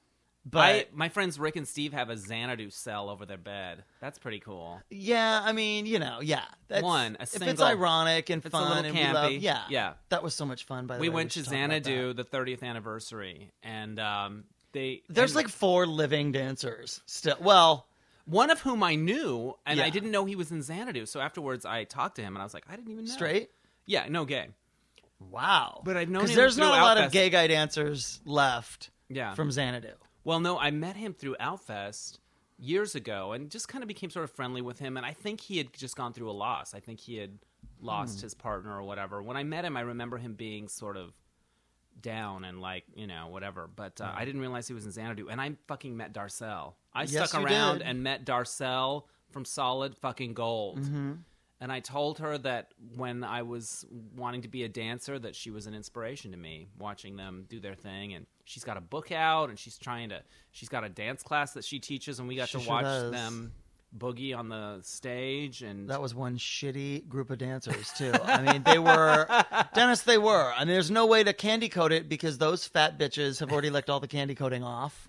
S2: But
S1: I, my friends Rick and Steve have a Xanadu cell over their bed. That's pretty cool.
S2: yeah, I mean, you know, yeah. That's,
S1: One, a
S2: if it's
S1: single-
S2: ironic and
S1: it's a
S2: fun
S1: little
S2: and we love,
S1: campy.
S2: yeah,
S1: Yeah.
S2: That was so much fun. By the
S1: We
S2: way,
S1: went to
S2: should talk about that.
S1: Xanadu the 30th anniversary, and um, they
S2: There's
S1: and
S2: like four living dancers still. Well,
S1: one of whom I knew, and I
S2: Yeah.
S1: didn't know he was in Xanadu. So afterwards, I talked to him, and I was like, I didn't even know.
S2: straight.
S1: Yeah, no gay.
S2: Wow.
S1: But I've known
S2: because
S1: him
S2: there's
S1: through
S2: not a lot of
S1: Outfest.
S2: gay guy dancers left.
S1: Yeah.
S2: From Xanadu.
S1: Well, no, I met him through Outfest years ago and just kind of became sort of friendly with him. And I think he had just gone through a loss. I think he had lost
S2: Hmm.
S1: his partner or whatever. When I met him, I remember him being sort of down and like, you know, whatever. But uh, I didn't realize he was in Xanadu. And I fucking met Darcel. I
S2: Yes,
S1: stuck
S2: you
S1: around
S2: did.
S1: and met Darcel from Solid Fucking Gold.
S2: Mm-hmm.
S1: And I told her that when I was wanting to be a dancer, that she was an inspiration to me, watching them do their thing. And she's got a book out, and she's trying to. She's got a dance class that she teaches, and we got
S2: She
S1: to
S2: sure
S1: watch
S2: does.
S1: them boogie on the stage. And
S2: That was one shitty group of dancers too. I mean, they were Dennis. They were. I mean, there's no way to candy coat it because those fat bitches have already licked all the candy coating off.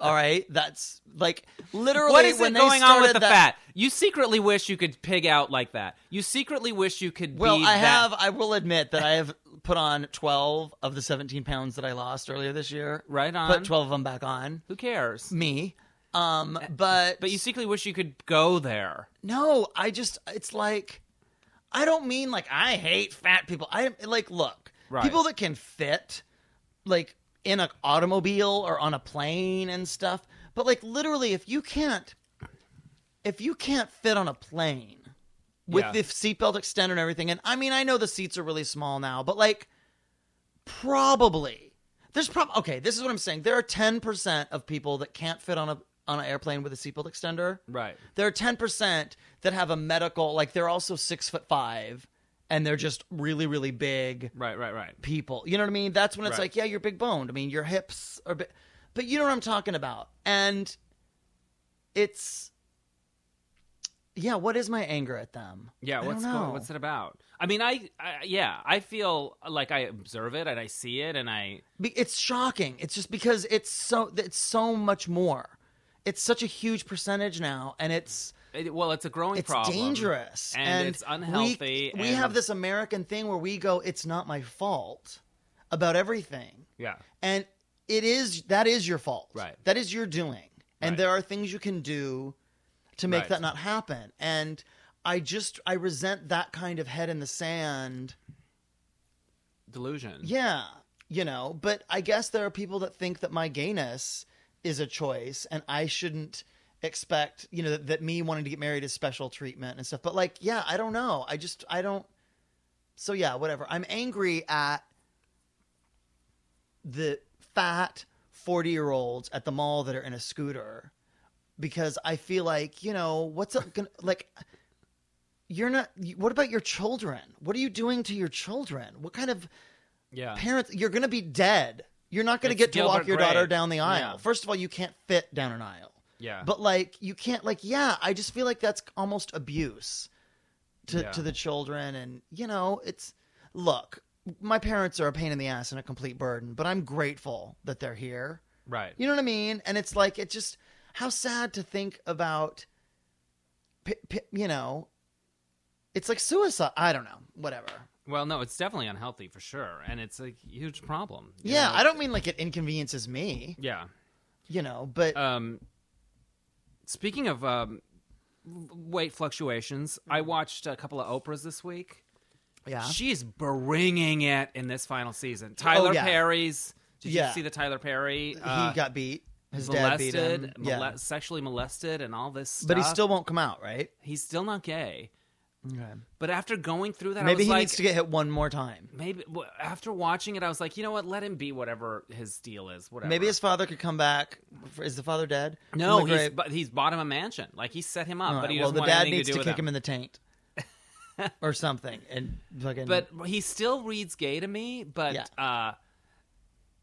S2: All right, that's like literally
S1: what is
S2: when
S1: it
S2: they
S1: going on with
S2: started
S1: the
S2: that-
S1: fat? You secretly wish you could pig out like that. You secretly wish you could.
S2: Well,
S1: be
S2: I
S1: that-
S2: have. I will admit that I have put on 12 of the 17 pounds that I lost earlier this year.
S1: Right on.
S2: Put 12 of them back on.
S1: Who cares?
S2: Me. Um, but
S1: But you secretly wish you could go there.
S2: No, I just it's like I don't mean like I hate fat people. I like look,
S1: Right.
S2: people that can fit like in an automobile or on a plane and stuff. But like literally if you can't if you can't fit on a plane with
S1: Yeah.
S2: the seatbelt extender and everything and I mean I know the seats are really small now, but like probably there's prob okay, this is what I'm saying. There are 10% of people that can't fit on a on an airplane with a seatbelt extender.
S1: Right.
S2: There are ten percent that have a medical like they're also six foot five and they're just really, really big
S1: Right. Right. Right.
S2: people. You know what I mean? That's when it's
S1: Right.
S2: like, yeah, you're big boned. I mean, your hips are big, but you know what I'm talking about. And it's yeah. What is my anger at them? I
S1: Yeah,
S2: don't
S1: what's
S2: know.
S1: going, what's it about? I mean, I, I yeah, I feel like I observe it and I see it and I
S2: Be- It's shocking. It's just because it's so it's so much more. It's such a huge percentage now, and it's
S1: it, well, it's a growing
S2: it's
S1: problem.
S2: dangerous
S1: and, it's unhealthy.
S2: We, we
S1: and-
S2: have this American thing where we go, "It's not my fault," about everything,
S1: yeah,
S2: and it is that is your fault.
S1: Right.
S2: That is your doing, and
S1: Right.
S2: there are things you can do to make
S1: Right.
S2: that not happen. And I just I resent that kind of head in the sand.
S1: delusion.
S2: Yeah, you know, but I guess there are people that think that my gayness is a choice and I shouldn't expect, you know, that, that me wanting to get married is special treatment and stuff. But like, yeah, I don't know. I just, I don't. So yeah, whatever. I'm angry at the fat 40 year olds at the mall that are in a scooter because I feel like, you know, what's up gonna like you're not what about your children? What are you doing to your children? What kind of
S1: yeah,
S2: parents you're going to be dead you're not going to
S1: Uh, It's
S2: get to
S1: Gilbert
S2: walk your daughter
S1: Grape.
S2: down the aisle
S1: Yeah.
S2: first of all you can't fit down an aisle
S1: yeah.
S2: but like you can't like yeah i just feel like that's almost abuse to,
S1: Yeah.
S2: to the children and you know it's look my parents are a pain in the ass and a complete burden but i'm grateful that they're here
S1: right.
S2: you know what I mean? And it's like it just how sad to think about. p- p- You know, it's like suicide. I don't know. Whatever.
S1: Well, no, it's definitely unhealthy for sure, and it's a huge problem. you
S2: Yeah,
S1: know?
S2: I don't mean like it inconveniences me.
S1: Yeah.
S2: You know, but
S1: Um, speaking of um, weight fluctuations,
S2: Mm-hmm.
S1: I watched a couple of Oprahs this week.
S2: yeah,
S1: She's bringing it in this final season. Tyler
S2: Oh, yeah.
S1: Perry's. Did
S2: Yeah.
S1: you see the Tyler Perry?
S2: he got beat. His dad beat
S1: uh, molested,
S2: him. Yeah,
S1: mole- sexually molested, and all this. Stuff.
S2: but he still won't come out, right?
S1: he's still not gay.
S2: Okay.
S1: But after going through that, I
S2: Maybe
S1: was
S2: he
S1: like,
S2: needs to get hit one more time.
S1: maybe w- after watching it, I was like, you know what? Let him be whatever his deal is. Whatever.
S2: Maybe his father could come back. Is the father dead?
S1: no.
S2: From the
S1: He's
S2: grave?
S1: but he's bought him a mansion. Like he set him up,
S2: All
S1: but
S2: right,
S1: he
S2: well,
S1: doesn't
S2: the
S1: want
S2: dad
S1: anything
S2: needs
S1: to
S2: to,
S1: do with
S2: kick him in the taint or something, and fucking.
S1: But he still reads gay to me. But
S2: Yeah.
S1: uh,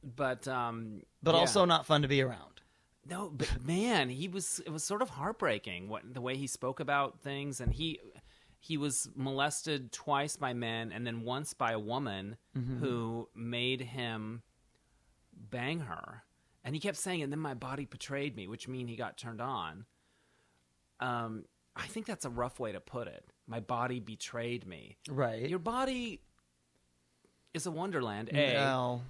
S1: but um,
S2: but
S1: yeah.
S2: also not fun to be around.
S1: No, but man, he was it was sort of heartbreaking what the way he spoke about things and he he was molested twice by men and then once by a woman who made him bang her. And he kept saying and then my body betrayed me, which mean he got turned on. Um I think that's a rough way to put it. My body betrayed me.
S2: Right.
S1: Your body is a wonderland. A
S2: no.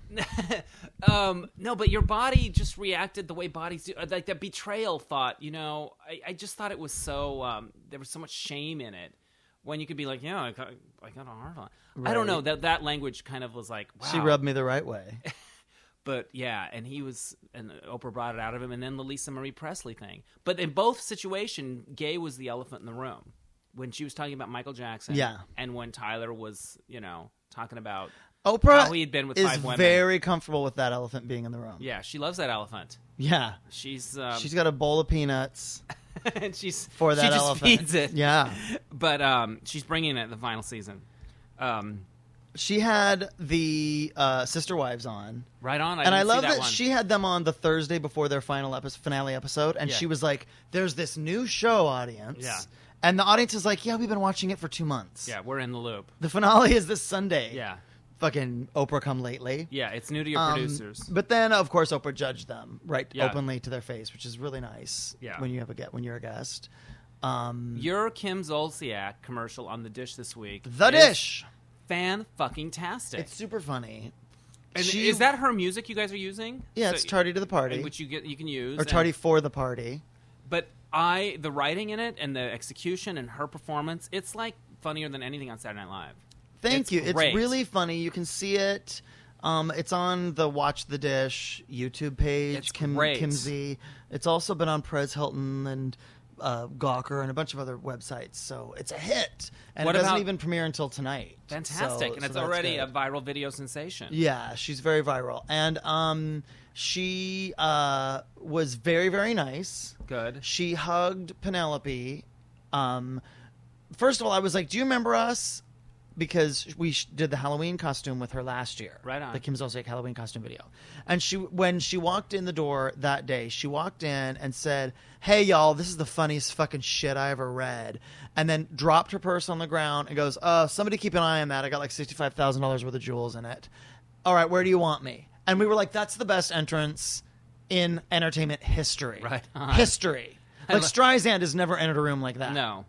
S1: um, no, but your body just reacted the way bodies do. uh, Like that betrayal thought, you know, I, I just thought it was so, um, there was so much shame in it when you could be like, yeah, I got, I got a hard on. I don't know. That, that language kind of was like, wow.
S2: She rubbed me the right way.
S1: But yeah, and he was, and Oprah brought it out of him, and then the Lisa Marie Presley thing. But in both situation, gay was the elephant in the room when she was talking about Michael Jackson.
S2: Yeah.
S1: And when Tyler was, you know, talking about,
S2: Oprah
S1: How he'd been with
S2: is
S1: five women.
S2: very comfortable with that elephant being in the room.
S1: yeah, she loves that elephant.
S2: Yeah.
S1: She's um,
S2: She's got a bowl of peanuts
S1: and she's
S2: for that
S1: she just
S2: elephant.
S1: feeds it.
S2: Yeah.
S1: but um, she's bringing it the final season. Um,
S2: She had the uh, sister wives on.
S1: right on. I
S2: and I
S1: didn't see
S2: love that,
S1: one.
S2: she had them on the Thursday before their final epi- finale episode, and
S1: Yeah.
S2: she was like, "There's this new show, audience."
S1: Yeah.
S2: And the audience is like, "Yeah, we've been watching it for two months.
S1: Yeah, we're in the loop.
S2: The finale is this Sunday.
S1: Yeah,
S2: Fucking Oprah come lately.
S1: yeah. It's new to your
S2: Um,
S1: producers.
S2: But then, of course, Oprah judged them right
S1: Yeah.
S2: openly to their face, which is really nice.
S1: Yeah.
S2: When you have a get when you're a guest. Um,
S1: Your Kim Zolciak commercial on the Dish this week.
S2: the
S1: is
S2: dish.
S1: Fan fucking tastic.
S2: It's super funny.
S1: and
S2: she-
S1: is that her music you guys are using?
S2: Yeah,
S1: So-
S2: it's tardy to the party
S1: Which you get, you can use
S2: or
S1: and-
S2: tardy for the party.
S1: but I, the writing in it and the execution and her performance, it's like funnier than anything on Saturday Night Live. It's
S2: Thank you.
S1: great.
S2: It's really funny. You can see it. Um, it's on the Watch the Dish YouTube page.
S1: It's
S2: Kim
S1: great.
S2: Kim Z. It's also been on Prez Hilton and uh, Gawker and a bunch of other websites. So it's a hit, and
S1: What
S2: it doesn't
S1: about-
S2: even premiere until tonight.
S1: Fantastic,
S2: So-
S1: and
S2: so
S1: it's
S2: that's
S1: already
S2: good.
S1: a viral video sensation.
S2: Yeah, she's very viral, and um, she uh, was very very nice.
S1: Good.
S2: She hugged Penelope. Um, first of all, I was like, "Do you remember us?" Because we sh- did the Halloween costume with her last year,
S1: Right on.
S2: The Kim Zolciak Halloween costume video, and she when she walked in the door that day, she walked in and said, "Hey y'all, this is the funniest fucking shit I ever read," and then dropped her purse on the ground and goes, "Uh, somebody keep an eye on that. I got like sixty five thousand dollars worth of jewels in it. All right, where do you want me?" And we were like, "That's the best entrance." In entertainment history,
S1: Right on.
S2: history. Like Streisand has never entered a room like that.
S1: No.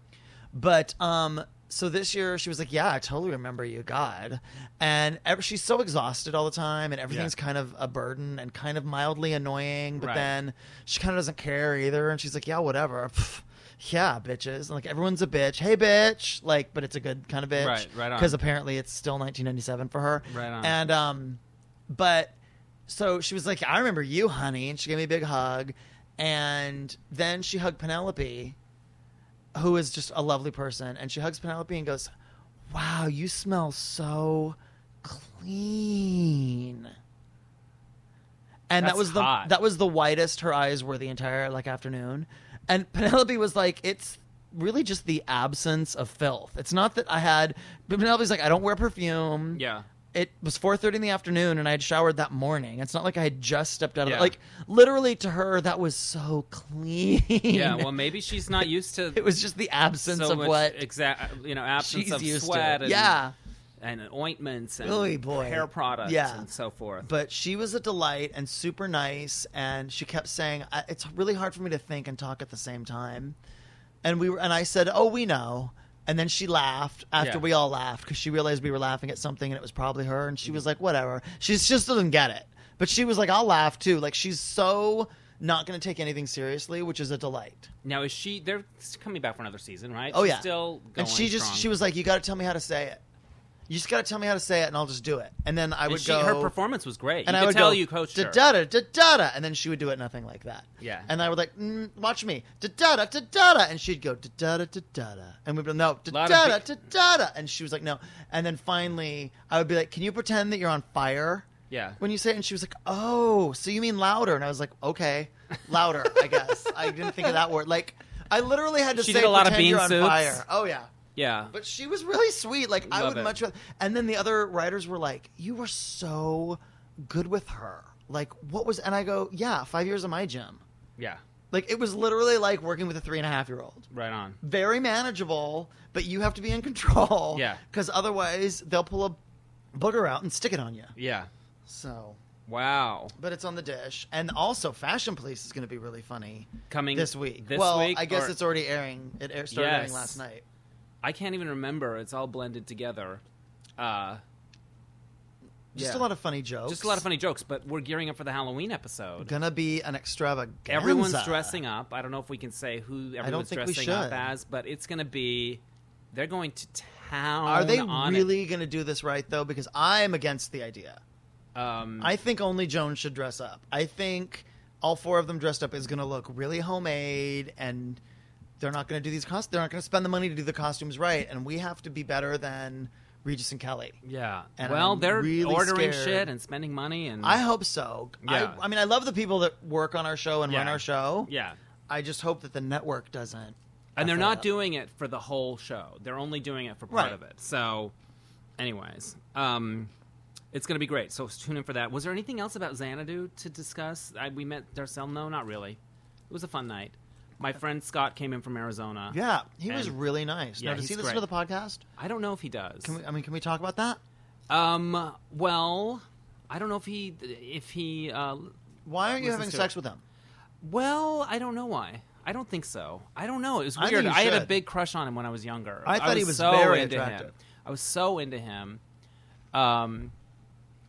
S2: But um so this year she was like, "Yeah, I totally remember you, God." And ev- she's so exhausted all the time and everything's kind of a burden and kind of mildly annoying, but
S1: Right.
S2: then she kind of doesn't care either and she's like, "Yeah, whatever." Pff, yeah, bitches. And, like everyone's a bitch. Hey, bitch. Like, but it's a good kind of bitch.
S1: Right, right on.
S2: Because apparently it's still 1997 for her.
S1: Right on.
S2: And um, but so she was like, I remember you, honey. And she gave me a big hug. And then she hugged Penelope, who is just a lovely person. And she hugs Penelope and goes, Wow, you smell so clean. And
S1: That's
S2: that was the
S1: hot.
S2: that was the whitest her eyes were the entire like afternoon. And Penelope was like, It's really just the absence of filth. It's not that I had but Penelope's like, I don't wear perfume
S1: Yeah.
S2: it was 4.30 in the afternoon and i had showered that morning it's not like i had just stepped out of
S1: Yeah.
S2: like literally to her that was so clean
S1: Yeah. Well, maybe she's not used to
S2: it was just the absence
S1: so
S2: of
S1: much
S2: what
S1: exact you know absence
S2: she's
S1: of
S2: used
S1: sweat
S2: to
S1: and
S2: yeah
S1: and ointments and
S2: Oy, boy.
S1: hair products
S2: Yeah.
S1: and so forth.
S2: but she was a delight and super nice and she kept saying "I- it's really hard for me to think and talk at the same time and we were and i said oh we know and then she laughed after
S1: Yeah.
S2: we all laughed because she realized we were laughing at something and it was probably her and she was like whatever she just doesn't get it but she was like i'll laugh too like she's so not going to take anything seriously which is a delight
S1: now is she? They're coming back for another season, right?
S2: oh
S1: She's
S2: yeah
S1: Still going
S2: and she just
S1: strong.
S2: she was like you got to tell me how to say it you just got to tell me how to say it, and I'll just do it. And then I would
S1: she,
S2: go.
S1: her performance was great.
S2: and
S1: you
S2: I
S1: could
S2: would
S1: tell
S2: go,
S1: you coached
S2: da
S1: her.
S2: da da da da da, and then she would do it nothing like that.
S1: Yeah.
S2: and I would like mm, watch me da da da da da da, and she'd go da da da da da da, and we'd be like, no da
S1: Lot
S2: da
S1: of
S2: da
S1: big-
S2: da da da, and she was like no, and then finally I would be like, can you pretend that you're on fire?
S1: Yeah.
S2: When you say it, and she was like, oh, so you mean louder? And I was like, okay, louder, I guess. I didn't think of that word. Like, I literally had to
S1: She
S2: say,
S1: did a lot of
S2: pretend
S1: bean
S2: you're on
S1: soups.
S2: fire. Oh yeah.
S1: Yeah.
S2: But she was really sweet. Like I
S1: Love
S2: would
S1: it.
S2: much rather. And then the other writers were like, "You were so good with her. Like what was?" And I go, "Yeah, five years of my gym.
S1: yeah.
S2: Like it was literally like working with a three and a half year old.
S1: Right on.
S2: Very manageable, but you have to be in control.
S1: Yeah.
S2: because otherwise they'll pull a booger out and stick it on you.
S1: Yeah.
S2: So."
S1: Wow.
S2: But it's on the dish, and also Fashion Police is going to be really funny
S1: Coming
S2: this week.
S1: This
S2: well,
S1: week.
S2: I guess
S1: or-
S2: it's already airing. It air, started airing
S1: Yes.
S2: last night.
S1: I can't even remember. It's all blended together. Uh,
S2: Just
S1: Yeah.
S2: a lot of funny jokes.
S1: just a lot of funny jokes, but we're gearing up for the Halloween episode.
S2: gonna be an extravaganza.
S1: Everyone's dressing up. I don't know if we can say who everyone's
S2: think we
S1: dressing up
S2: should.
S1: as, but it's going to be. They're going to town.
S2: Are they
S1: on it.
S2: really gonna do this right though? Because I'm against the idea.
S1: Um,
S2: I think only Joan should dress up. I think all four of them dressed up is gonna look really homemade, and they're not gonna do these cost. They're not gonna spend the money to do the costumes right, and we have to be better than Regis and Kelly.
S1: yeah.
S2: and
S1: well,
S2: I'm
S1: they're
S2: really
S1: ordering
S2: scared.
S1: shit and spending money and
S2: I hope so.
S1: Yeah.
S2: I, I mean, I love the people that work on our show and run
S1: Yeah.
S2: our show.
S1: yeah.
S2: I just hope that the network doesn't.
S1: And they're
S2: F
S1: not
S2: up.
S1: doing it for the whole show. They're only doing it for part
S2: Right.
S1: of it. So, anyways, um, it's going to be great. So tune in for that. Was there anything else about Xanadu to discuss? I, we met Darcel. No, not really. It was a fun night. My friend Scott came in from Arizona.
S2: Uh, Yeah, he was
S1: And-
S2: really nice.
S1: Yeah,
S2: now, does he
S1: he's
S2: listen
S1: great.
S2: to the podcast?
S1: I don't know if he does.
S2: Can we, I mean, can we talk about that?
S1: um, well, I don't know if he if he. Uh,
S2: Why aren't you
S1: Listens
S2: having
S1: to
S2: sex
S1: it.
S2: with him?
S1: well, I don't know why. I don't think so. I don't know. It was
S2: I think
S1: weird.
S2: you
S1: I, had a
S2: should.
S1: big crush on him when I was younger.
S2: I thought he was
S1: so
S2: very
S1: into him.
S2: attractive.
S1: I was so into him. Um,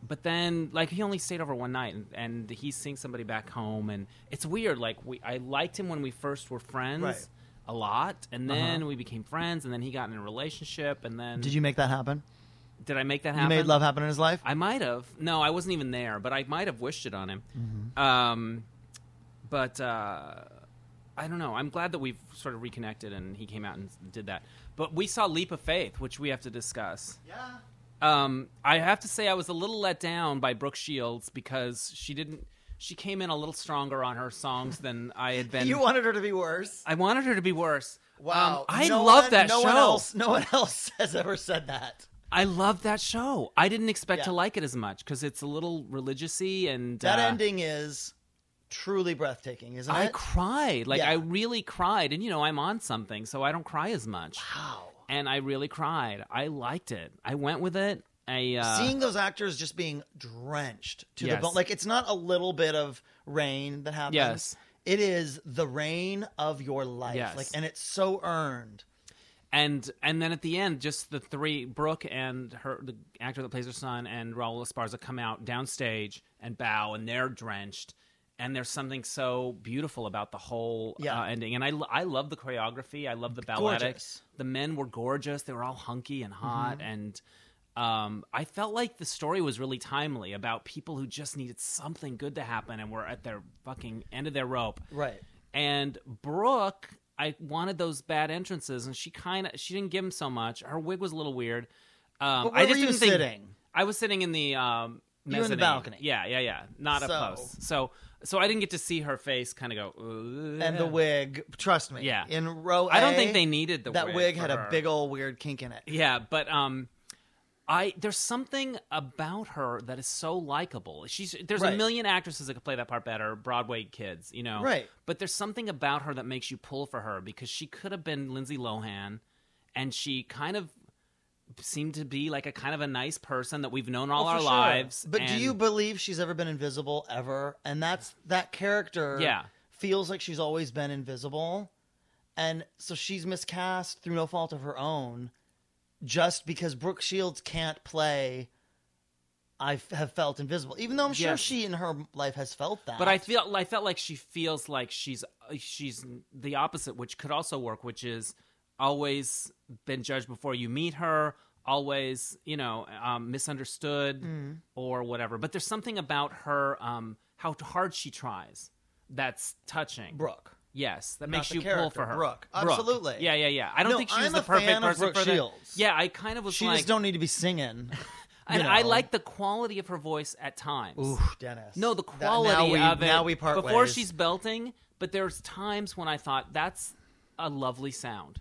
S1: but then, like, he only stayed over one night, and, and he's seeing somebody back home, and it's weird. Like, we I liked him when we first were friends
S2: Right.
S1: a lot, and then
S2: Uh-huh.
S1: we became friends, and then he got in a relationship, and then
S2: Did you make that happen?
S1: did I make that happen?
S2: You made love happen in his life?
S1: I might have. No, I wasn't even there, but I might have wished it on him. Um, but uh, I don't know. I'm glad that we've sort of reconnected and he came out and did that. But we saw Leap of Faith, which we have to discuss.
S2: yeah.
S1: Um, I have to say, I was a little let down by Brooke Shields because she didn't. She came in a little stronger on her songs than I had been.
S2: you wanted her to be worse.
S1: I wanted her to be worse.
S2: Wow.
S1: Um, I
S2: No
S1: love
S2: one-
S1: that
S2: no
S1: show.
S2: One else, no one else has ever said that.
S1: I love that show. I didn't expect
S2: Yeah.
S1: to like it as much because it's a little religiousy and
S2: That
S1: uh,
S2: ending is truly breathtaking, isn't
S1: I
S2: it?
S1: cried. Like
S2: Yeah.
S1: I really cried, and you know I'm on something, so I don't cry as much.
S2: Wow.
S1: And I really cried. I liked it. I went with it. I uh,
S2: Seeing those actors just being drenched to the
S1: Yes.
S2: bone. Like, it's not a little bit of rain that happens.
S1: Yes.
S2: It is the rain of your life.
S1: Yes.
S2: Like, and it's so earned.
S1: and and then at the end, just the three Brooke and her the actor that plays her son and Raul Esparza come out downstage and bow, and they're drenched. And there's something so beautiful about the whole
S2: Yeah.
S1: uh, ending, and I, lo- I love the choreography. I love the balletic.
S2: Gorgeous. Mm-hmm.
S1: The men were gorgeous. They were all hunky and hot, and um, I felt like the story was really timely about people who just needed something good to happen and were at their fucking end of their rope.
S2: Right.
S1: And Brooke, I wanted those bad entrances, and she kind of she didn't give him so much. Her wig was a little weird. Um,
S2: But
S1: I
S2: where
S1: just
S2: were you
S1: didn't think-
S2: sitting?
S1: I was sitting in the um,
S2: were in the
S1: mezzanine.
S2: balcony.
S1: Yeah, yeah, yeah. Not
S2: So-
S1: up close. So, so I didn't get to see her face kind of go. "Ugh."
S2: And the wig, trust me.
S1: Yeah.
S2: In row I
S1: I don't think they needed the
S2: that
S1: wig.
S2: wig,
S1: for
S2: had a
S1: her.
S2: big old weird kink in it.
S1: Yeah, but um, I there's something about her that is so likable. She's there's
S2: Right.
S1: a million actresses that could play that part better. Broadway kids, you know.
S2: Right.
S1: But there's something about her that makes you pull for her because she could have been Lindsay Lohan, and she kind of seemed to be like a kind of a nice person that we've known all
S2: Oh, for
S1: our
S2: sure.
S1: lives.
S2: But do
S1: and-
S2: you believe she's ever been invisible ever? And that's that character
S1: Yeah.
S2: feels like she's always been invisible. And so she's miscast through no fault of her own just because Brooke Shields can't play I f- have felt invisible. Even though I'm sure
S1: Yes.
S2: she in her life has felt that.
S1: But I feel I felt like she feels like she's she's the opposite, which could also work, which is always been judged before you meet her, always, you know, um, misunderstood
S2: Mm.
S1: or whatever. But there's something about her, um, how hard she tries, that's touching.
S2: Brooke.
S1: Yes, that
S2: Not
S1: makes
S2: the
S1: you pull
S2: character,
S1: for her.
S2: Brooke.
S1: Brooke.
S2: Absolutely.
S1: Yeah, yeah, yeah. I don't
S2: No,
S1: think she's
S2: I'm
S1: the
S2: a
S1: perfect
S2: fan of
S1: person
S2: Brooke
S1: for that.
S2: Shields.
S1: Yeah, I kind of was
S2: She
S1: like,
S2: just don't need to be singing.
S1: and
S2: know.
S1: I like the quality of her voice at times.
S2: Oof, Dennis.
S1: No, the
S2: That-
S1: quality
S2: now we,
S1: of it.
S2: Now we part
S1: before
S2: ways.
S1: she's belting, but there's times when I thought that's a lovely sound.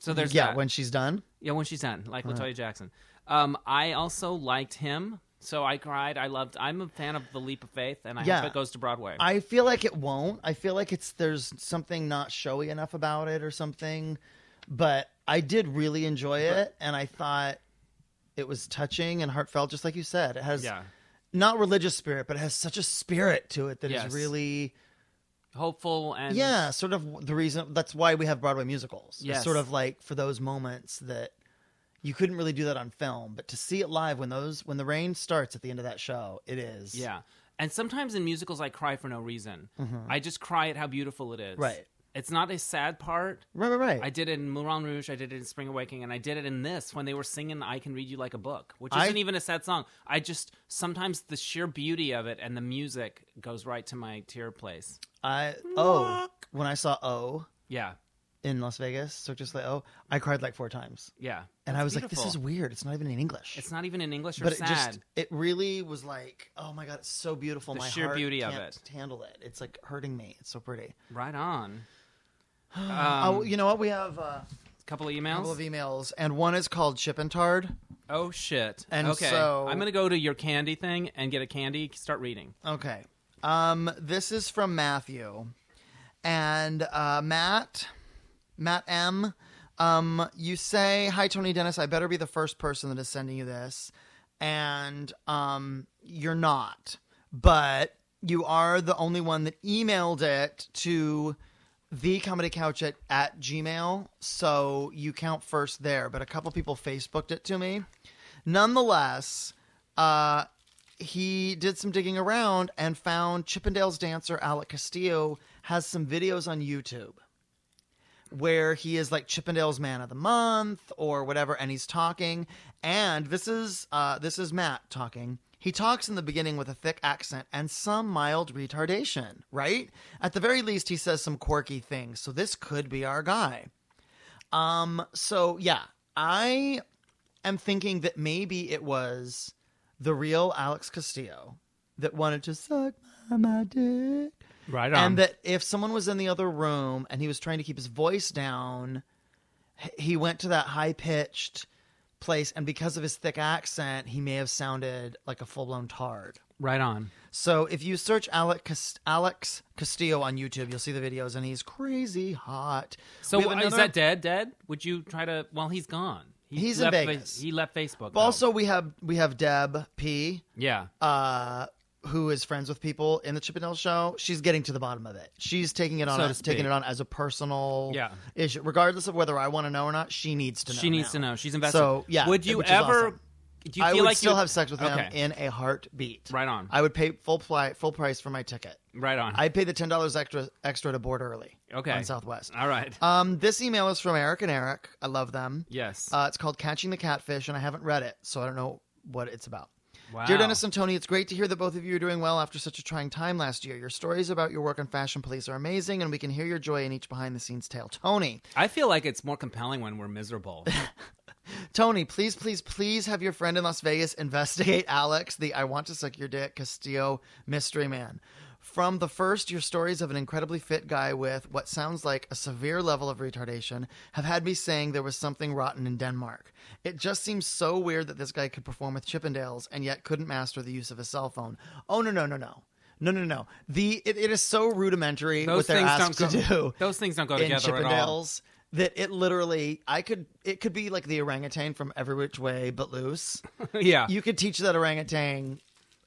S1: So there's
S2: yeah
S1: that.
S2: when she's done.
S1: yeah when she's done, like Latoya Jackson. Um, I also liked him, so I cried. I loved. I'm a fan of the leap of faith, and I
S2: Yeah.
S1: hope it goes to Broadway.
S2: I feel like it won't. I feel like it's there's something not showy enough about it or something. But I did really enjoy it, and I thought it was touching and heartfelt, just like you said. It has
S1: Yeah.
S2: not religious spirit, but it has such a spirit to it that is
S1: Yes.
S2: really
S1: Hopeful and
S2: yeah, sort of the reason. That's why we have Broadway musicals. It's
S1: Yes.
S2: sort of like for those moments that you couldn't really do that on film, but to see it live when those when the rain starts at the end of that show, it is
S1: Yeah. And sometimes in musicals, I cry for no reason. I just cry at how beautiful it is.
S2: Mm-hmm. Right.
S1: It's not a sad part.
S2: right, right, right.
S1: I did it in Moulin Rouge. I did it in Spring Awakening, and I did it in this when they were singing "I Can Read You Like a Book," which
S2: I-
S1: isn't even a sad song. I just sometimes the sheer beauty of it and the music goes right to my tear place.
S2: I oh when I saw O
S1: Yeah,
S2: in Las Vegas, Cirque du Soleil O, oh, I cried like four times,
S1: yeah. That's
S2: and I was like,
S1: beautiful.
S2: "This is weird. It's not even in English."
S1: It's not even in English or
S2: but it
S1: sad.
S2: just it really was like, "Oh my god, it's so beautiful."
S1: The
S2: my
S1: sheer
S2: heart
S1: beauty of
S2: can't
S1: it.
S2: handle it. It's like hurting me. It's so pretty.
S1: Right on. Um,
S2: oh, you know what? We have uh,
S1: A couple of
S2: a
S1: emails.
S2: couple of e- emails, and one is called Chippentard.
S1: oh shit.
S2: And
S1: okay,
S2: so-
S1: I'm gonna go to your candy thing and get a candy. Start reading.
S2: Okay. Um, this is from Matthew. And uh, Matt, Matt M, um, you say, Hi, Tony Dennis. I better be the first person that is sending you this. And um, you're not. But you are the only one that emailed it to the comedy couch at, at gmail so you count first there but a couple people facebooked it to me nonetheless uh he did some digging around and found Chippendales dancer Alec Castillo has some videos on YouTube where he is like Chippendales man of the month or whatever and he's talking and this is uh this is Matt talking. He talks in the beginning with a thick accent and some mild retardation, right? At the very least he says some quirky things, so this could be our guy. Um so yeah, I am thinking that maybe it was the real Alex Castillo that wanted to suck my, my dick.
S1: Right
S2: And that if someone was in the other room and he was trying to keep his voice down, h- he went to that high pitched place. And because of his thick accent, he may have sounded like a full blown tard.
S1: right on.
S2: So if you search Alec, Cast- Alex Castillo on YouTube, you'll see the videos and he's crazy hot.
S1: So
S2: We have
S1: is
S2: another-
S1: that dead? Dead? Would you try to? Well, he's gone. He
S2: He's in
S1: left
S2: Vegas.
S1: he left Facebook. though.
S2: Also, we have we have Deb P.
S1: yeah.
S2: uh, who is friends with people in the Chippendale show, she's getting to the bottom of it. She's taking it on,
S1: So to
S2: as, taking
S1: speak.
S2: it on as a personal
S1: Yeah.
S2: issue, regardless of whether I want to know or not. She needs to know.
S1: she needs
S2: now.
S1: to know. She's invested.
S2: So, yeah,
S1: Would you
S2: which is
S1: ever?
S2: awesome.
S1: Do you
S2: I
S1: feel
S2: would
S1: like
S2: still
S1: you,
S2: have sex with them
S1: Okay.
S2: in a heartbeat.
S1: Right on.
S2: I would pay full pli- full price for my ticket.
S1: right on.
S2: I pay the ten dollars extra extra to board early.
S1: Okay.
S2: On Southwest.
S1: All right.
S2: Um, this email is from Eric and Eric. I love them.
S1: yes.
S2: Uh, it's called Catching the Catfish, and I haven't read it, so I don't know what it's about.
S1: Wow.
S2: Dear Dennis and Tony, it's great to hear that both of you are doing well after such a trying time last year. Your stories about your work on Fashion Police are amazing, and we can hear your joy in each behind the scenes tale. Tony,
S1: I feel like it's more compelling when we're miserable.
S2: Tony, please, please, please have your friend in Las Vegas investigate Alex, the I Want to Suck Your Dick Castillo mystery man. From the first, your stories of an incredibly fit guy with what sounds like a severe level of retardation have had me saying there was something rotten in Denmark. It just seems so weird that this guy could perform with Chippendales and yet couldn't master the use of his cell phone. Oh, no, no, no, no. No, no, no. The it, it is so rudimentary
S1: Those
S2: what they're
S1: things
S2: asked
S1: don't
S2: to
S1: go-
S2: do
S1: those things don't go
S2: in
S1: together at all.
S2: Chippendales that it literally I could it could be like the orangutan from Every Which Way But Loose.
S1: yeah.
S2: You could teach that orangutan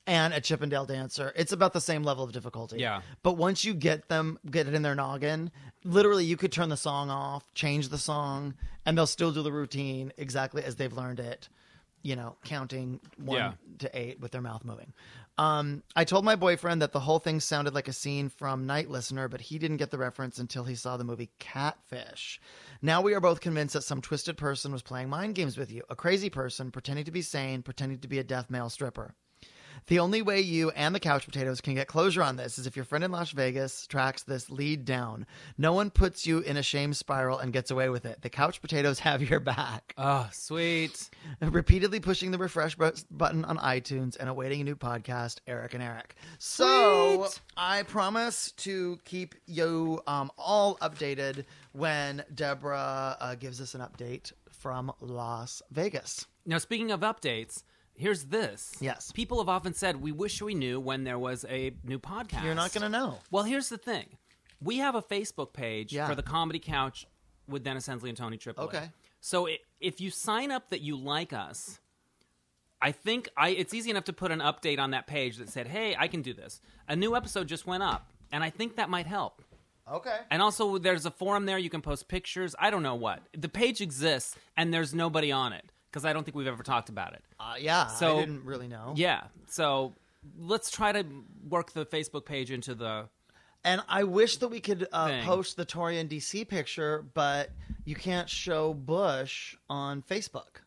S2: and a Chippendale dancer. It's about the same level of difficulty.
S1: Yeah.
S2: But once you get them get it in their noggin, literally you could turn the song off, change the song, and they'll still do the routine exactly as they've learned it. you know, counting one
S1: Yeah.
S2: to eight with their mouth moving. Um, I told my boyfriend that the whole thing sounded like a scene from Night Listener, but he didn't get the reference until he saw the movie Catfish. Now we are both convinced that some twisted person was playing mind games with you, a crazy person pretending to be sane, pretending to be a deaf male stripper. The only way you and the couch potatoes can get closure on this is if your friend in Las Vegas tracks this lead down. No one puts you in a shame spiral and gets away with it. The couch potatoes have your back.
S1: Oh, sweet.
S2: Repeatedly pushing the refresh bu- button on iTunes and awaiting a new podcast, Eric and Eric. So
S1: Sweet.
S2: I promise to keep you um, all updated when Deborah uh, gives us an update from Las Vegas.
S1: Now, speaking of updates, here's this.
S2: Yes.
S1: People have often said, we wish we knew when there was a new podcast.
S2: You're not going to know.
S1: Well, here's the thing. We have a Facebook page
S2: Yeah.
S1: for the Comedy Couch with Dennis Hensley and Tony Tripoli.
S2: Okay.
S1: So i if you sign up that you like us, I think I it's easy enough to put an update on that page that said, "Hey, I can do this." A new episode just went up, and I think that might help.
S2: Okay.
S1: And also, there's a forum there you can post pictures. I don't know what the page exists, and there's nobody on it because I don't think we've ever talked about it.
S2: Uh, yeah.
S1: So-
S2: I didn't really know.
S1: Yeah. So let's try to work the Facebook page into the
S2: And I wish that we could uh,
S1: Thing.
S2: post the Torian DC picture, but you can't show Bush on Facebook.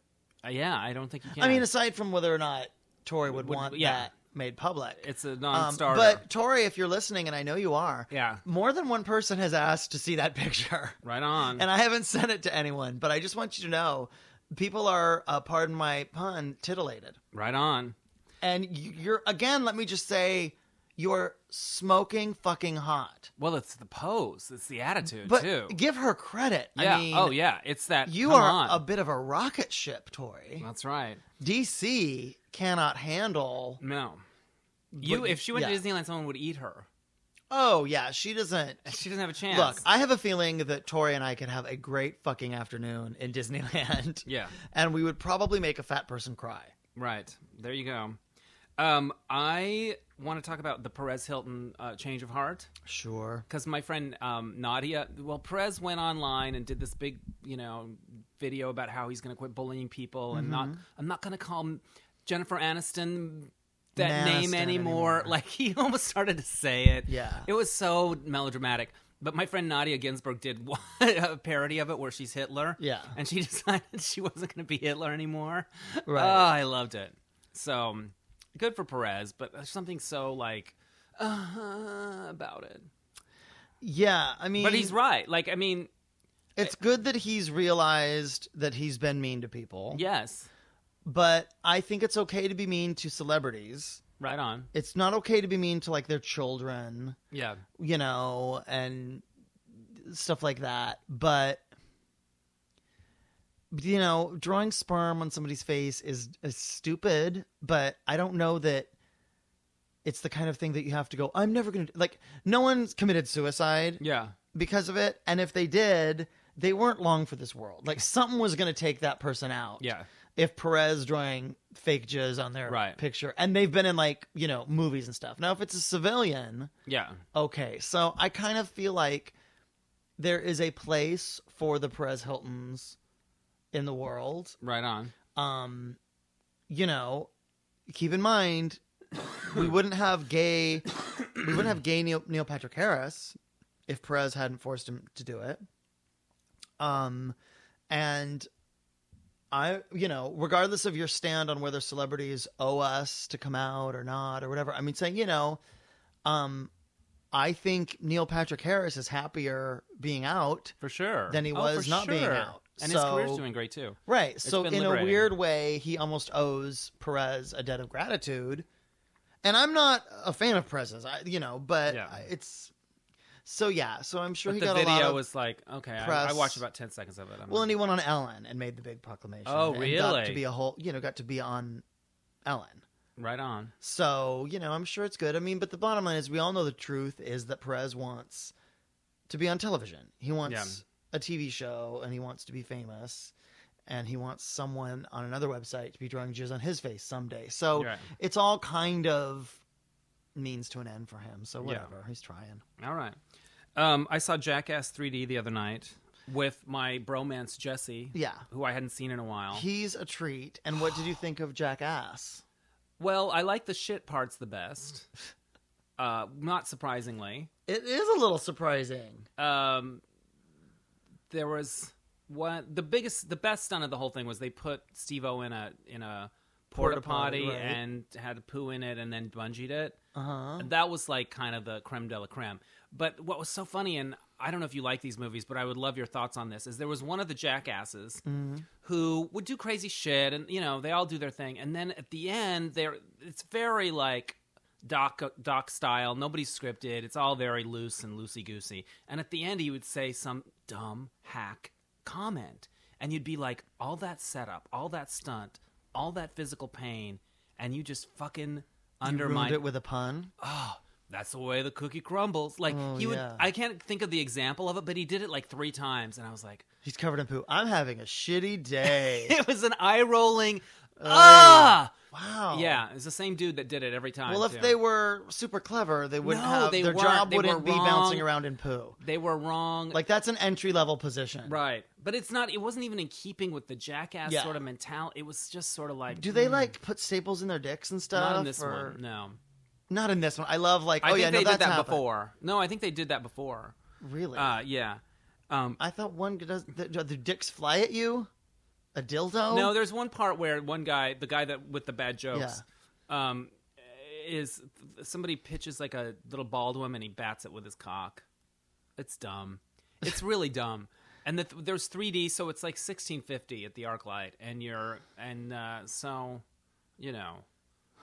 S1: uh, yeah. I don't think you can.
S2: I mean, aside from whether or not Tori would,
S1: Would-
S2: want
S1: yeah.
S2: that made public.
S1: It's a
S2: Um,
S1: non-starter.
S2: but Tori, if you're listening, and I know you are,
S1: Yeah.
S2: more than one person has asked to see that picture.
S1: right on.
S2: And I haven't sent it to anyone, but I just want you to know people are, uh, pardon my pun, titillated.
S1: right on.
S2: And y- you're, again, let me just say, you're smoking fucking hot.
S1: Well, it's the pose. It's the attitude
S2: But
S1: too.
S2: give her credit.
S1: yeah.
S2: I mean,
S1: oh yeah. It's that.
S2: You
S1: come
S2: are
S1: on.
S2: a bit of a rocket ship, Tori.
S1: That's right.
S2: DC cannot handle.
S1: No. You.
S2: But-
S1: If she went
S2: yeah.
S1: to Disneyland, someone would eat her.
S2: Oh yeah, she doesn't.
S1: She doesn't have a chance.
S2: Look, I have a feeling that Tori and I could have a great fucking afternoon in Disneyland.
S1: Yeah.
S2: and we would probably make a fat person cry.
S1: Right. There you go. Um, I want to talk about the Perez Hilton uh, change of heart
S2: Sure.
S1: because my friend um, Nadia, well, Perez went online and did this big, you know, video about how he's going to quit bullying people and
S2: Mm-hmm.
S1: not, I'm not going to call m- Jennifer Aniston that name
S2: Maniston
S1: anymore. Like he almost started to say it.
S2: Yeah.
S1: It was so melodramatic. But my friend Nadia Ginsburg did one, a parody of it where she's Hitler.
S2: Yeah.
S1: And she decided she wasn't going to be Hitler anymore.
S2: Right.
S1: Oh, I loved it. So good for Perez, but there's something so like uh, about it.
S2: Yeah, I mean,
S1: But he's right. Like, I mean,
S2: it's good that he's realized that he's been mean to people.
S1: yes,
S2: But I think it's okay to be mean to celebrities.
S1: right on.
S2: It's not okay to be mean to like their children.
S1: Yeah.
S2: you know, and stuff like that. But you know, drawing sperm on somebody's face is, is stupid. But I don't know that it's the kind of thing that you have to go. I'm never gonna do-" like. No one's committed suicide
S1: Yeah.
S2: because of it, and if they did, they weren't long for this world. Like something was gonna take that person out.
S1: Yeah.
S2: If Perez drawing fake jizz on their
S1: Right.
S2: picture, and they've been in like you know movies and stuff. Now, if it's a civilian,
S1: Yeah.
S2: Okay, so I kind of feel like there is a place for the Perez Hiltons in the world.
S1: Right on.
S2: Um, you know, keep in mind we wouldn't have gay, we wouldn't have gay Neil, Neil Patrick Harris if Perez hadn't forced him to do it. Um, and I, you know, regardless of your stand on whether celebrities owe us to come out or not or whatever, I mean, saying, you know, um, I think Neil Patrick Harris is happier being out.
S1: For sure.
S2: Then he
S1: Oh,
S2: was
S1: for
S2: not being
S1: sure.
S2: out.
S1: And his
S2: So-
S1: career's doing great too.
S2: Right. So,
S1: been
S2: in a
S1: liberating.
S2: weird way, he almost owes Perez a debt of gratitude. And I'm not a fan of Perez's, I, you know, but
S1: Yeah.
S2: I- it's so yeah. So I'm sure
S1: But
S2: he
S1: the
S2: got a lot
S1: video
S2: of
S1: was like, okay, I, I
S2: press.
S1: watched about 10 seconds of it. I'm
S2: well,
S1: like,
S2: and he went on Ellen and made the big proclamation.
S1: Oh,
S2: and Got to
S1: really?
S2: be a whole, you know, got to be on Ellen.
S1: right on.
S2: So you know, I'm sure it's good. I mean, but the bottom line is, we all know the truth is that Perez wants to be on television. He wants a TV show, and he wants to be famous, and he wants someone on another website to be drawing jizz on his face someday. So
S1: Right.
S2: it's all kind of means to an end for him. So
S1: Yeah.
S2: whatever, he's trying.
S1: All right. Um, I saw Jackass 3D the other night. with my bromance Jesse,
S2: Yeah.
S1: who I hadn't seen in a while.
S2: He's a treat. And what did you think of Jackass?
S1: well, I like the shit parts the best, uh, not surprisingly.
S2: It is a little surprising.
S1: um, there was one the biggest the best stunt of the whole thing was they put Steve O in a in a porta
S2: Porta
S1: potty
S2: potty, right.
S1: and had a poo in it and then bungeed it.
S2: Uh huh.
S1: And That was like kind of the creme de la creme. But what was so funny, and I don't know if you like these movies, but I would love your thoughts on this, is there was one of the jackasses
S2: Mm-hmm.
S1: who would do crazy shit, and you know they all do their thing, and then at the end, they're it's very like doc doc style. Nobody's scripted. It's all very loose and loosey goosey. And at the end, he would say some dumb hack comment, and you'd be like, all that setup, all that stunt, all that physical pain, and you just fucking.
S2: You
S1: undermined
S2: ruined it with a pun.
S1: oh, that's the way the cookie crumbles. Like
S2: Oh,
S1: he would,
S2: yeah.
S1: I can't think of the example of it, but he did it like three times, and I was like,
S2: He's covered in poo. I'm having a shitty day.
S1: it was an eye rolling.
S2: Oh,
S1: Ah,
S2: wow.
S1: yeah, it's the same dude that did it every time.
S2: Oh. Well, if
S1: too.
S2: they were super clever, they wouldn't
S1: No,
S2: have
S1: they
S2: their
S1: weren't.
S2: job
S1: They
S2: wouldn't
S1: were
S2: be bouncing
S1: wrong.
S2: around in poo.
S1: they were wrong,
S2: Like that's an entry level position.
S1: right? But it's not. It wasn't even in keeping with the jackass
S2: Yeah.
S1: sort of mentality. It was just sort of like,
S2: Do they like put staples in their dicks and stuff?
S1: Hmm. not in this
S2: or-
S1: one? No,
S2: Not in this one. I love like.
S1: I
S2: oh
S1: think
S2: yeah,
S1: they
S2: no,
S1: did
S2: that's
S1: that
S2: happened.
S1: before. No, I think they did that before.
S2: Really?
S1: Uh, yeah. Um,
S2: I thought one does. The, do dicks fly at you? A dildo?
S1: No, there's one part where one guy, the guy that with the bad jokes, um, is somebody pitches like a little ball to him and he bats it with his cock. It's dumb. It's really dumb. And the, there's 3D, so it's like 1650 at the arc light, and you're and uh, so, you know.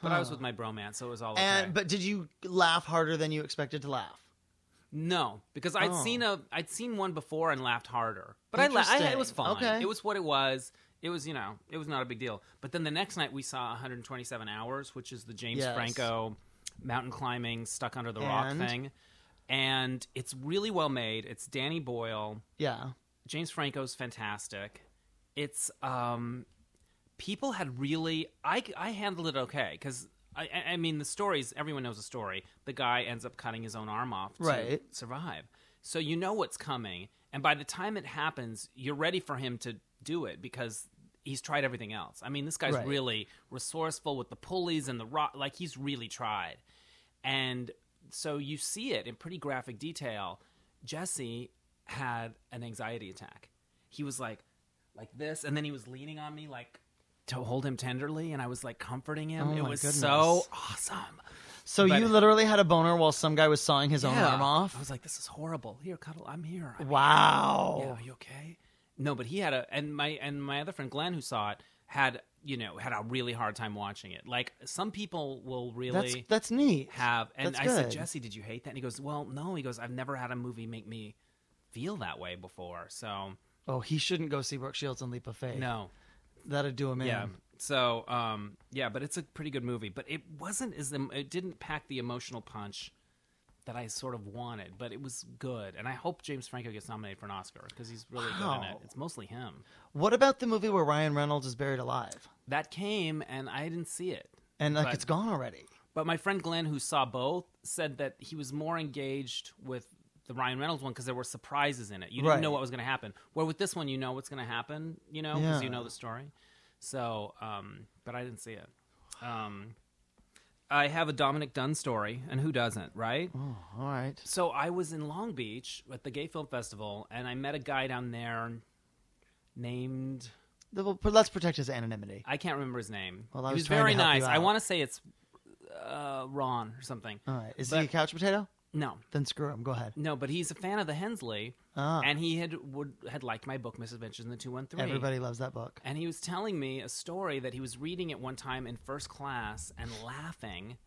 S1: But I was with my bromance, so it was all okay.
S2: And but did you laugh harder than you expected to laugh?
S1: No, because I'd
S2: Oh.
S1: seen a I'd seen one before and laughed harder. But I, la- I it was
S2: Interesting.
S1: fun.
S2: Okay.
S1: It was what it was. It was you know it was not a big deal. But then the next night we saw 127 hours, which is the James
S2: Yes.
S1: Franco mountain climbing stuck under the rock
S2: And?
S1: thing, and it's really well made. It's Danny Boyle.
S2: Yeah.
S1: James Franco's fantastic. It's um, people had really I I handled it okay because I I- I mean the stories everyone knows the story. The guy ends up cutting his own arm off to
S2: Right.
S1: survive, so you know what's coming, and by the time it happens, you're ready for him to do it because. He's tried everything else. I mean, this guy's
S2: Right.
S1: really resourceful with the pulleys and the rock. Like, he's really tried. And so you see it in pretty graphic detail. Jesse had an anxiety attack. He was like, like this, and then he was leaning on me, like to hold him tenderly, and I was like comforting him.
S2: Oh
S1: it
S2: my
S1: was
S2: goodness.
S1: so awesome.
S2: So
S1: But-
S2: you literally had a boner while some guy was sawing his own
S1: Yeah.
S2: arm
S1: I
S2: off.
S1: was like, this is horrible. Here, cuddle. I'm here. I'm
S2: Wow.
S1: yeah, are you okay? No, but he had a and my and my other friend Glenn who saw it had you know had a really hard time watching it. Like some people will really
S2: That's that's neat.
S1: have. And
S2: That's
S1: I said,
S2: good.
S1: Jesse, did you hate that? And he goes, Well, no. He goes, I've never had a movie make me feel that way before. So
S2: Oh, he shouldn't go see Brooke Shields and Leap of Faith.
S1: no,
S2: That'd do him in.
S1: yeah. So um, yeah, but it's a pretty good movie. But it wasn't as the, it didn't pack the emotional punch that I sort of wanted. But it was good, and I hope James Franco gets nominated for an Oscar because he's really good in it.
S2: Wow.
S1: It's mostly him
S2: What about the movie where Ryan Reynolds is buried alive?
S1: that came, and I didn't see it.
S2: And like
S1: But-
S2: it's gone already.
S1: But my friend Glenn, who saw both, said that he was more engaged with the Ryan Reynolds one because there were surprises in it. You didn't
S2: Right.
S1: know what was going to happen. Where with this one, you know what's going to happen, you know, because you
S2: Yeah.
S1: know the story. So, um, but I didn't see it. Um, I have a Dominic Dunn story, and who doesn't, right?
S2: Oh, all right.
S1: So I was in Long Beach at the Gay Film Festival, and I met a guy down there named
S2: The- well, Let's protect his anonymity.
S1: I can't remember his name.
S2: Well, I
S1: he
S2: was
S1: was
S2: trying to
S1: very
S2: help you
S1: nice. I
S2: out. Oh.
S1: want to say it's uh, Ron or something.
S2: All right. Is he
S1: But-
S2: a couch potato?
S1: No,
S2: Then screw him. Go ahead.
S1: No, but he's a fan of the Hensley,
S2: Ah.
S1: and he had would had liked my book Misadventures in the Two One Three.
S2: Everybody loves that book.
S1: And he was telling me a story that he was reading it one time in first class and laughing,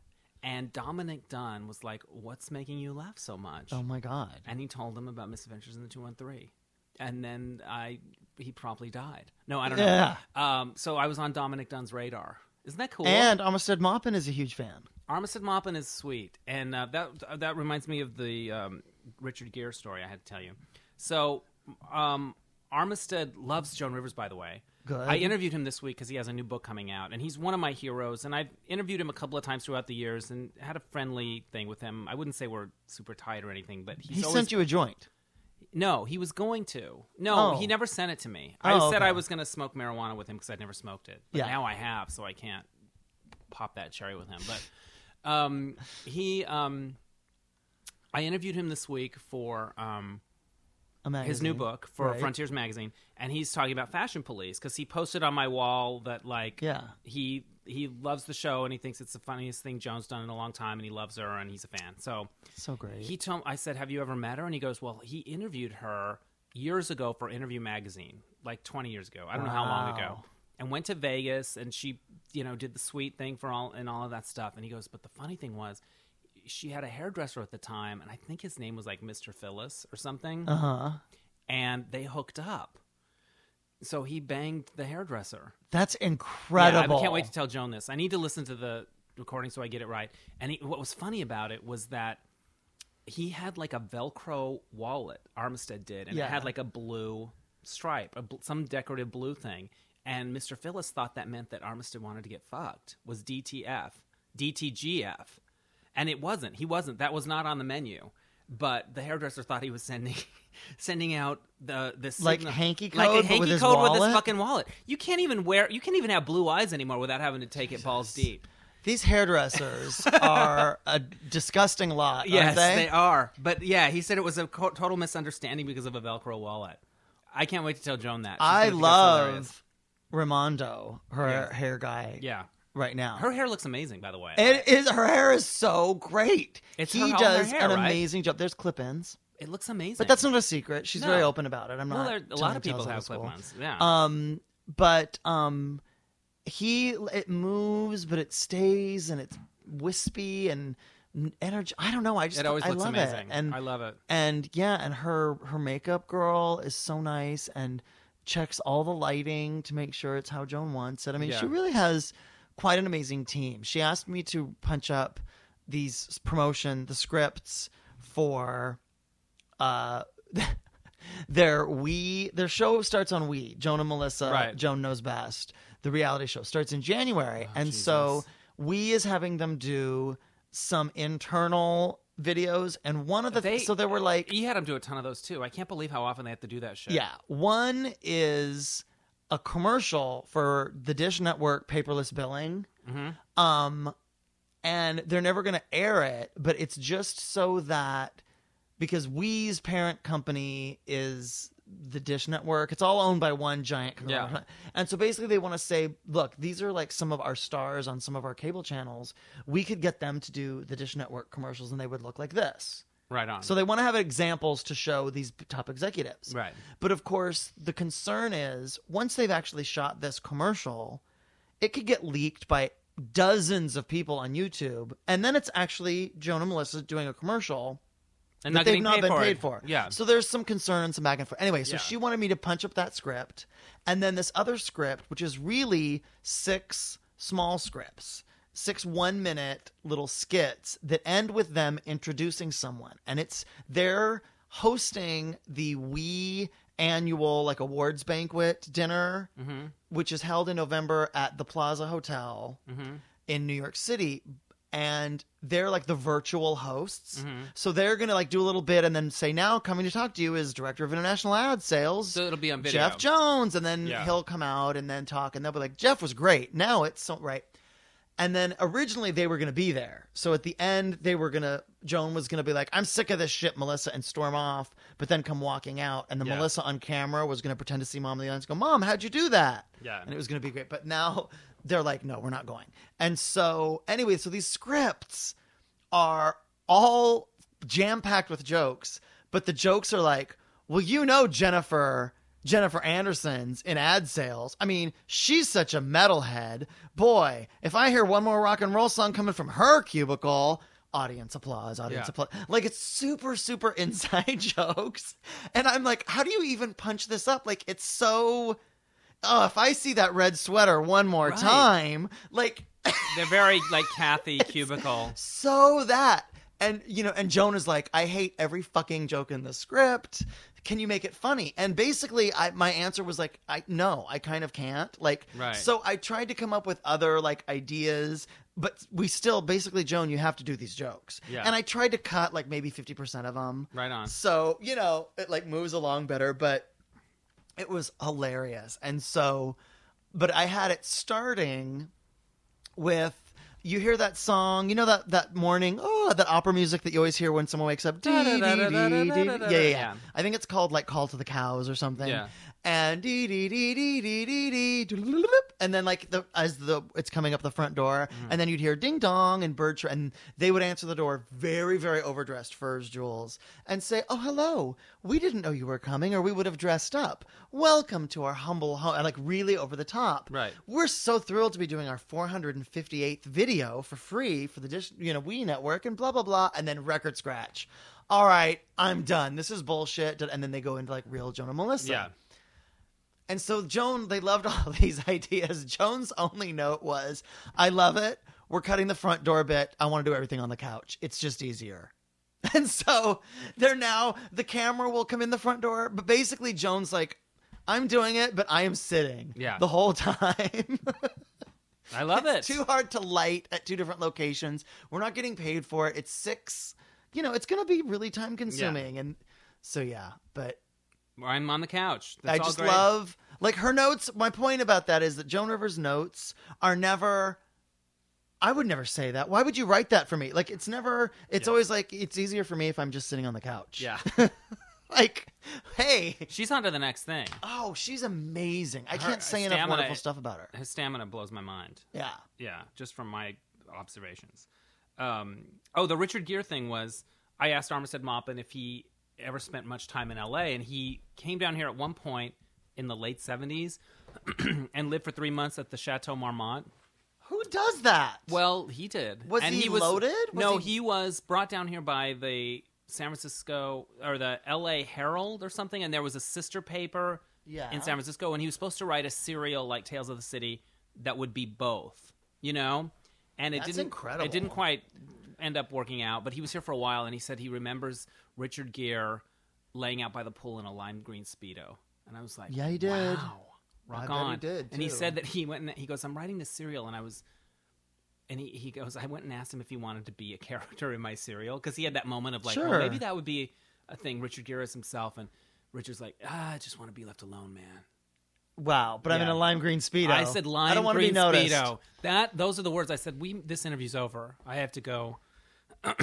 S1: and Dominic Dunn was like, "What's making you laugh so much?"
S2: Oh my god.
S1: And he told him about Misadventures in the Two One Three, and then I he promptly died. No, I don't know.
S2: Yeah.
S1: Um, so I was on Dominic Dunn's radar. Isn't that cool?
S2: And Armistead Maupin is a huge fan.
S1: Armistead Maupin is sweet, and uh, that uh, that reminds me of the um, Richard Gere story I had to tell you. So, um, Armistead loves Joan Rivers, by the way.
S2: Good.
S1: I interviewed him this week because he has a new book coming out, and he's one of my heroes. And I've interviewed him a couple of times throughout the years, and had a friendly thing with him. I wouldn't say we're super tight or anything, but he's
S2: He
S1: always
S2: sent you a joint.
S1: No, he was going to. No,
S2: Oh.
S1: he never sent it to me.
S2: Oh,
S1: I said
S2: okay.
S1: I was going to smoke marijuana with him because I'd never smoked it. But
S2: Yeah.
S1: now I have, so I can't pop that cherry with him. But um, he, um, I interviewed him this week for um,
S2: A magazine.
S1: his new book for
S2: Right.
S1: Frontiers Magazine, and he's talking about fashion police because he posted on my wall that like
S2: Yeah.
S1: he he loves the show and he thinks it's the funniest thing Joan's done in a long time and he loves her and he's a fan. So
S2: So great.
S1: he told I said, "Have you ever met her?" And he goes, "Well, he interviewed her years ago for Interview Magazine, like 20 years ago. I don't know how long
S2: Wow.
S1: ago." And went to Vegas, and she, you know, did the sweet thing for all and all of that stuff. And he goes, "But the funny thing was, she had a hairdresser at the time, and I think his name was like Mr. Phyllis or something,
S2: uh huh.
S1: and they hooked up." So he banged the hairdresser.
S2: That's
S1: Yeah,
S2: incredible.
S1: I can't wait to tell Joan this. I need to listen to the recording so I get it right. And he, what was funny about it was that he had like a Velcro wallet, Armistead did, and
S2: Yeah.
S1: it had like a blue stripe, a bl- some decorative blue thing. And Mr. Phyllis thought that meant that Armistead wanted to get fucked, was DTF, DTGF. And it wasn't. He wasn't. That was not on the menu. But the hairdresser thought he was sending sending out the this
S2: Like
S1: signal-
S2: hanky
S1: like
S2: code,
S1: a
S2: but
S1: hanky
S2: with his
S1: code with his
S2: wallet?
S1: fucking fucking wallet. You can't even wear. You can't even have blue eyes anymore without having to take it balls deep.
S2: These hairdressers are a disgusting lot,
S1: Yes,
S2: aren't they?
S1: they are. But yeah, he said it was a co- total misunderstanding because of a Velcro wallet. I can't wait to tell Joan that. She's
S2: I
S1: gonna think that's hilarious.
S2: love Ramondo, her
S1: Yes.
S2: hair guy,
S1: Yeah,
S2: right now.
S1: her hair looks amazing, by the way.
S2: it is her hair is so great.
S1: It's
S2: he
S1: her- all her
S2: does
S1: hair,
S2: an
S1: right?
S2: amazing job. There's clip-ins,
S1: it looks amazing.
S2: but that's not a secret. She's
S1: No.
S2: very open about it. I'm
S1: well,
S2: not.
S1: there, a
S2: telling
S1: lot of people
S2: tales out
S1: have
S2: school.
S1: clip ons. Yeah,
S2: Um, but um, he it moves, but it stays, and it's wispy and energy. I don't know. I just
S1: it always
S2: I
S1: looks
S2: love
S1: amazing.
S2: it. And
S1: I love it.
S2: and yeah and her her makeup girl is so nice and checks all the lighting to make sure it's how joan wants it i mean
S1: Yeah.
S2: she really has quite an amazing team she asked me to punch up these promotion the scripts for uh their we their show starts on we joan and melissa
S1: Right. Oh,
S2: joan knows best the reality show starts in january and so we is having them do some internal videos and one of the
S1: They-
S2: so there were like
S1: He had him do a ton of those too. I can't believe how often they have to do that shit.
S2: yeah one is a commercial for the dish network paperless billing um and they're never going to air it but it's just so that because we's parent company is the dish network it's all owned by one giant conglomerate.
S1: Yeah.
S2: and so basically they want to say look these are like some of our stars on some of our cable channels we could get them to do the dish network commercials and they would look like this
S1: right on.
S2: so they want to have examples to show these top executives.
S1: Right.
S2: But of course, the concern is once they've actually shot this commercial, it could get leaked by dozens of people on YouTube. And then it's actually Joan and Melissa doing a commercial
S1: and
S2: that
S1: not
S2: they've
S1: getting
S2: not
S1: paid
S2: been
S1: for
S2: paid
S1: it.
S2: for.
S1: Yeah,
S2: So there's some concern and some back and forth. Anyway, so
S1: Yeah.
S2: she wanted me to punch up that script, and then this other script, which is really six small scripts, six one minute little skits that end with them introducing someone, and it's they're hosting the we annual like awards banquet dinner
S1: Mm-hmm.
S2: Mm-hmm. which is held in november at the plaza hotel in New York City and they're like the virtual hosts. So they're going to like do a little bit and then say now coming to talk to you is director of international ad sales
S1: so it'll be on video.
S2: Jeff Jones and then
S1: Yeah.
S2: he'll come out and then talk and they'll be like Jeff was great. Now it's so right. And then originally they were going to be there. So at the end they were going to Joan was going to be like I'm sick of this shit Melissa and storm off but then come walking out and the
S1: Yeah.
S2: Melissa on camera was going to pretend to see mom in the audience and go mom how'd you do that?
S1: Yeah.
S2: And it was going to be great. But now they're like, no, we're not going. And so, anyway, so these scripts are all jam packed with jokes, but the jokes are like, well, you know, Jennifer. Jennifer Anderson's in ad sales. I mean, she's such a metalhead. Boy, if I hear one more rock and roll song coming from her cubicle, audience applause, audience
S1: Yeah.
S2: applause. Like it's super, super inside jokes. And I'm like, how do you even punch this up? Like it's so oh, if I see that red sweater one more
S1: Right.
S2: time, like
S1: They're very like Kathy cubicle.
S2: so that. And you know, and Joan is like, I hate every fucking joke in the script. Can you make it funny? And basically, I, my answer was like, I no, I kind of can't. Like,
S1: Right.
S2: so I tried to come up with other like ideas, but we still basically, Joan, you have to do these jokes.
S1: Yeah.
S2: And I tried to cut like maybe fifty percent of them.
S1: Right on.
S2: So you know, it like moves along better, but it was hilarious. And so, but I had it starting with you hear that song, you know that that morning, oh, that opera music that you always hear when someone wakes up. Dee, dee, dee, dee, dee. Yeah, yeah,
S1: Yeah.
S2: yeah. I think it's called like "Call to the Cows" or something.
S1: Yeah.
S2: And dee dee dee dee dee dee dee, doodle-doodle-doop. and then like the as the it's coming up the front door,
S1: Mm-hmm.
S2: and then you'd hear ding dong and bird tr- and they would answer the door very very overdressed furs jewels and say, "Oh hello, we didn't know you were coming, or we would have dressed up. Welcome to our humble home." And like really over the top.
S1: Right.
S2: We're so thrilled to be doing our 458th video for free for the dish, you know, we network and blah blah blah, and then record scratch. All right, I'm done. This is bullshit. And then they go into like real Jonah Melissa.
S1: Yeah.
S2: And so Joan, they loved all these ideas. Joan's only note was, "I love it. We're cutting the front door bit. I want to do everything on the couch. It's just easier." And so they're now the camera will come in the front door, but basically Joan's like, "I'm doing it, but I am sitting
S1: Yeah.
S2: the whole time."
S1: I love it.
S2: It's too hard to light at two different locations. We're not getting paid for it. It's six. You know, it's going to be really time consuming. And so, yeah, but
S1: I'm on the couch. That's
S2: I
S1: all
S2: just
S1: great.
S2: love, like, her notes. My point about that is that Joan Rivers' notes are never. I would never say that. Why would you write that for me? Like, it's never, it's
S1: Yeah.
S2: always like, it's easier for me if I'm just sitting on the couch.
S1: Yeah.
S2: Like, hey,
S1: She's on to the next thing.
S2: oh, she's amazing.
S1: Her
S2: I
S1: uh,
S2: can't say enough
S1: stamina-
S2: wonderful stuff about her.
S1: His stamina blows my mind.
S2: Yeah.
S1: Yeah, just from my observations. Um, oh, the Richard Gere thing was I asked Armistead Maupin if he ever spent much time in LA, and he came down here at one point in the late 70s and lived for three months at the Chateau Marmont.
S2: Who does that?
S1: Well, he did.
S2: Was
S1: and
S2: he loaded? Was
S1: no,
S2: he-
S1: he... was brought down here by the San Francisco or the LA Herald or something, and there was a sister paper
S2: Yeah.
S1: in San Francisco, and he was supposed to write a serial like Tales of the City that would be both, you know? And it
S2: That's
S1: didn't
S2: incredible.
S1: it didn't quite end up working out, but he was here for a while and he said he remembers Richard Gere laying out by the pool in a lime green speedo. And I was like,
S2: Yeah, he did.
S1: Wow. Rock
S2: bet he
S1: on.
S2: did,
S1: And he
S2: too.
S1: said that he went and he goes, I'm writing this serial and I was and he, he goes, I went and asked him if he wanted to be a character in my serial because he had that moment of like, well,
S2: Sure.
S1: maybe that would be a thing. Richard Gere is himself, and Richard's like, ah, I just want to be left alone, man.
S2: Wow, but I'm in
S1: Yeah.
S2: a lime green speedo.
S1: I said lime
S2: I don't want
S1: green
S2: to be noticed.
S1: speedo. That those are the words I said. We this interview's over. I have to go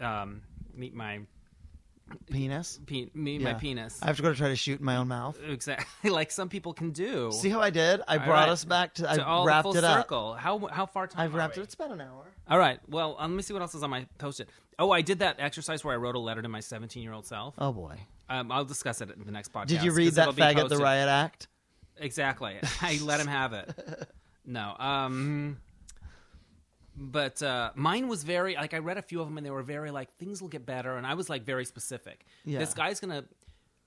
S1: um, meet my
S2: Penis.
S1: pe- meet my
S2: Yeah.
S1: penis.
S2: I have to go to try to shoot in my own mouth.
S1: exactly like some people can do.
S2: See how I did? I brought
S1: right.
S2: us back to. I
S1: to all
S2: wrapped
S1: the full
S2: it up.
S1: circle. How how far time?
S2: I've
S1: are
S2: wrapped
S1: we?
S2: it. It's about an hour.
S1: All right. Well, um, let me see what else is on my post-it. Oh, I did that exercise where I wrote a letter to my 17-year-old self.
S2: Oh boy!
S1: Um, I'll discuss it in the next podcast.
S2: Did you
S1: 'cause
S2: read that
S1: it'll be
S2: faggot the
S1: posted.
S2: riot act?
S1: Exactly. I let him have it. No. Um, but uh, mine was very like I read a few of them and they were very like things will get better and I was like very specific.
S2: Yeah.
S1: This guy's gonna.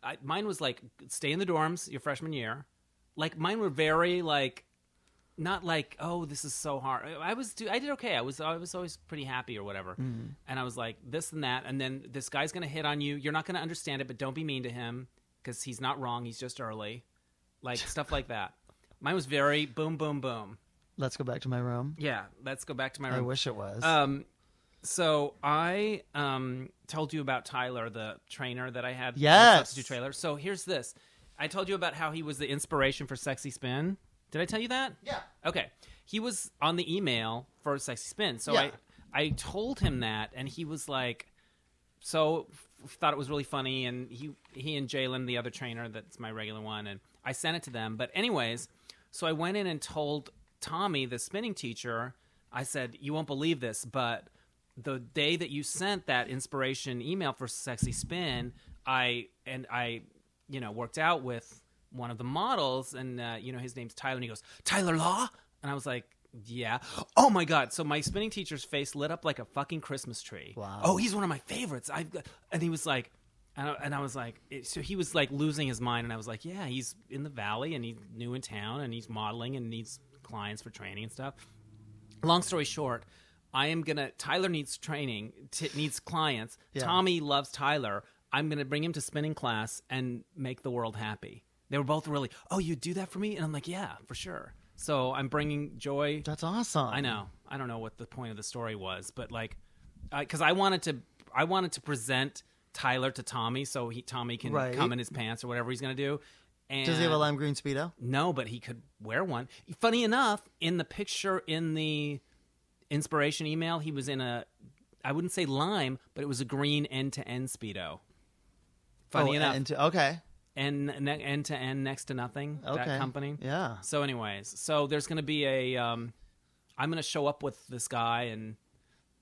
S1: I, mine was like stay in the dorms your freshman year. Like mine were very like. Not like oh this is so hard. I was do I did okay. I was I was always pretty happy or whatever. And I was like this and that. And then this guy's gonna hit on you. You're not gonna understand it, but don't be mean to him because he's not wrong. He's just early like stuff like that. Mine was very boom, boom, boom.
S2: Let's go back to my room.
S1: Yeah, let's go back to my
S2: I
S1: room.
S2: wish it was.
S1: Um, so I um told you about Tyler, the trainer that I had, the
S2: Yes.
S1: substitute trailer. So here's this. I told you about how he was the inspiration for Sexy Spin. Did I tell you that?
S2: yeah.
S1: Okay. He was on the email for Sexy Spin. So
S2: Yeah.
S1: I, I told him that, and he was like, so f- thought it was really funny. And he, he and Jalen, the other trainer, that's my regular one, and I sent it to them. But, anyways, so I went in and told Tommy, the spinning teacher, I said, you won't believe this, but the day that you sent that inspiration email for Sexy Spin, I, and I, you know, worked out with one of the models, and uh, you know his name's Tyler. And he goes, Tyler Law, and I was like, Yeah. Oh my god! So my spinning teacher's face lit up like a fucking Christmas tree.
S2: Wow.
S1: Oh, he's one of my favorites. I and he was like. And I, and I was like, it- so he was like losing his mind, and I was like, yeah, he's in the valley, and he's new in town, and he's modeling, and needs clients for training and stuff long story short, I am gonna. Tyler needs training. T- needs clients.
S2: Yeah.
S1: Tommy loves Tyler. I'm gonna bring him to spinning class and make the world happy. They were both really. Oh, you do that for me? And I'm like, yeah, for sure. So I'm bringing joy.
S2: That's awesome.
S1: I know. I don't know what the point of the story was, but like, because I wanted to, I wanted to present Tyler to Tommy so he Tommy can
S2: Right.
S1: come in his pants or whatever he's gonna do. And
S2: Does he have a lime green speedo?
S1: no, but he could wear one. Funny enough, in the picture in the inspiration email, he was in a I wouldn't say lime, but it was a green end to end speedo. Funny
S2: oh,
S1: enough,
S2: and- okay.
S1: and end to end next to nothing
S2: Okay.
S1: that company.
S2: Yeah.
S1: So, anyways, so there's going to be a um, I'm going to show up with this guy and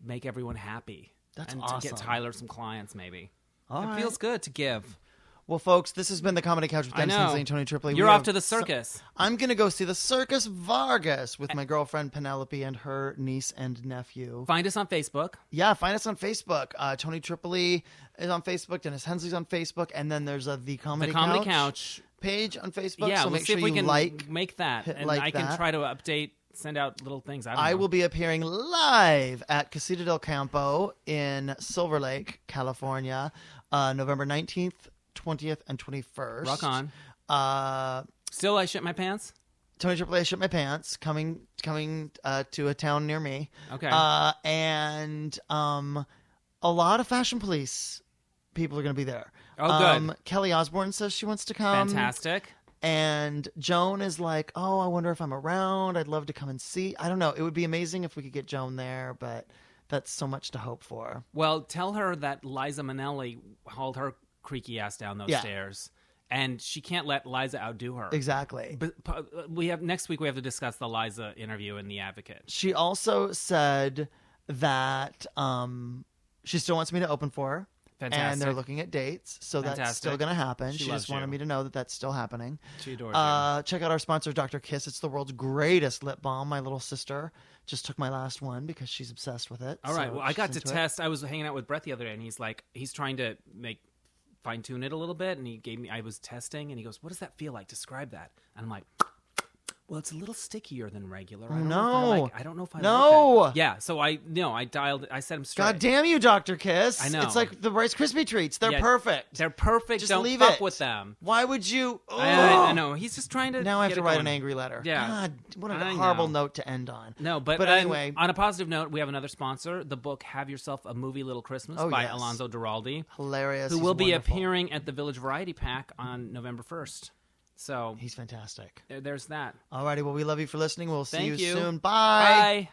S1: make everyone happy.
S2: That's
S1: and to get
S2: awesome.
S1: Tyler some clients, maybe.
S2: All
S1: it
S2: right.
S1: feels good to give.
S2: Well, folks, this has been the Comedy Couch with
S1: I
S2: Ben
S1: know.
S2: Sinsley and Tony Tripoli.
S1: You're
S2: We
S1: off
S2: have
S1: to the
S2: so-
S1: circus.
S2: I'm going to go see the Circus Vargas with my girlfriend Penelope and her niece and nephew.
S1: Find us on Facebook.
S2: Yeah, find us on Facebook. Uh, Tony Tripoli is on Facebook. Dennis Hensley's on Facebook. And then there's a The Comedy,
S1: The Comedy Couch.
S2: page on Facebook.
S1: yeah,
S2: so
S1: let's
S2: make
S1: see
S2: sure
S1: if we
S2: you
S1: can Mm-hmm.
S2: like.
S1: make that,
S2: hit
S1: and
S2: like
S1: I can
S2: that.
S1: try to update, send out little things. I, don't
S2: I
S1: know.
S2: will be appearing live at Casita del Campo in Silver Lake, California, uh, November 19th, 20th, and 21st.
S1: rock on.
S2: Uh,
S1: Still, I shit my pants.
S2: Tony Triple A shit my pants coming coming uh, to a town near me.
S1: Okay.
S2: Uh, and um, a lot of fashion police people are going to be there.
S1: Oh, good.
S2: Um, Kelly Osborne says she wants to come.
S1: Fantastic.
S2: And Joan is like, oh, I wonder if I'm around. I'd love to come and see. I don't know. It would be amazing if we could get Joan there, but that's so much to hope for.
S1: Well, tell her that Liza Minnelli hauled her creaky ass down those
S2: Yeah.
S1: stairs, and she can't let Liza outdo her.
S2: Exactly.
S1: But pu- we have next week. We have to discuss the Liza interview and the Advocate.
S2: she also said that um, she still wants me to open for her. And
S1: Fantastic.
S2: they're looking at dates, so that's
S1: Fantastic.
S2: still going to happen. She,
S1: She
S2: just
S1: loves
S2: wanted
S1: you.
S2: me to know that that's still happening.
S1: She adores
S2: Uh, check out our sponsor, Dr. Kiss. It's the world's greatest lip balm. My little sister just took my last one because she's obsessed with it.
S1: you. All right.
S2: so
S1: well, I
S2: she's
S1: got to
S2: into it.
S1: test. I was hanging out with Brett the other day, and he's like, he's trying to make fine tune it a little bit, and he gave me. I was testing, and he goes, "What does that feel like? Describe that." And I'm like. Well, it's a little stickier than regular. I don't know if I,
S2: no.
S1: like, I don't know if I
S2: No.
S1: like that." Yeah, so I no, I dialed. I set him straight.
S2: God damn you, Dr. Kiss.
S1: I know.
S2: It's like the Rice Krispie treats. They're
S1: Yeah,
S2: perfect.
S1: They're perfect.
S2: Just
S1: don't
S2: leave
S1: fuck
S2: it.
S1: with them.
S2: Why would you?
S1: I, I, I
S2: Ugh.
S1: know. He's just trying to.
S2: Now I have
S1: get
S2: to
S1: it
S2: write
S1: going.
S2: an angry letter.
S1: Yeah.
S2: God, what a
S1: I
S2: horrible
S1: know.
S2: note to end on.
S1: No, but,
S2: But
S1: um,
S2: anyway.
S1: on a positive note, we have another sponsor: the book "Have Yourself a Movie Little Christmas"
S2: Oh,
S1: by
S2: yes.
S1: Alonzo Duraldi,
S2: Hilarious.
S1: who
S2: He's
S1: will be
S2: wonderful.
S1: appearing at the Village Variety Pack on November first. So
S2: He's fantastic.
S1: there- there's that.
S2: Alrighty, well, we love you for listening. We'll see
S1: Thank you.
S2: soon.
S1: Bye.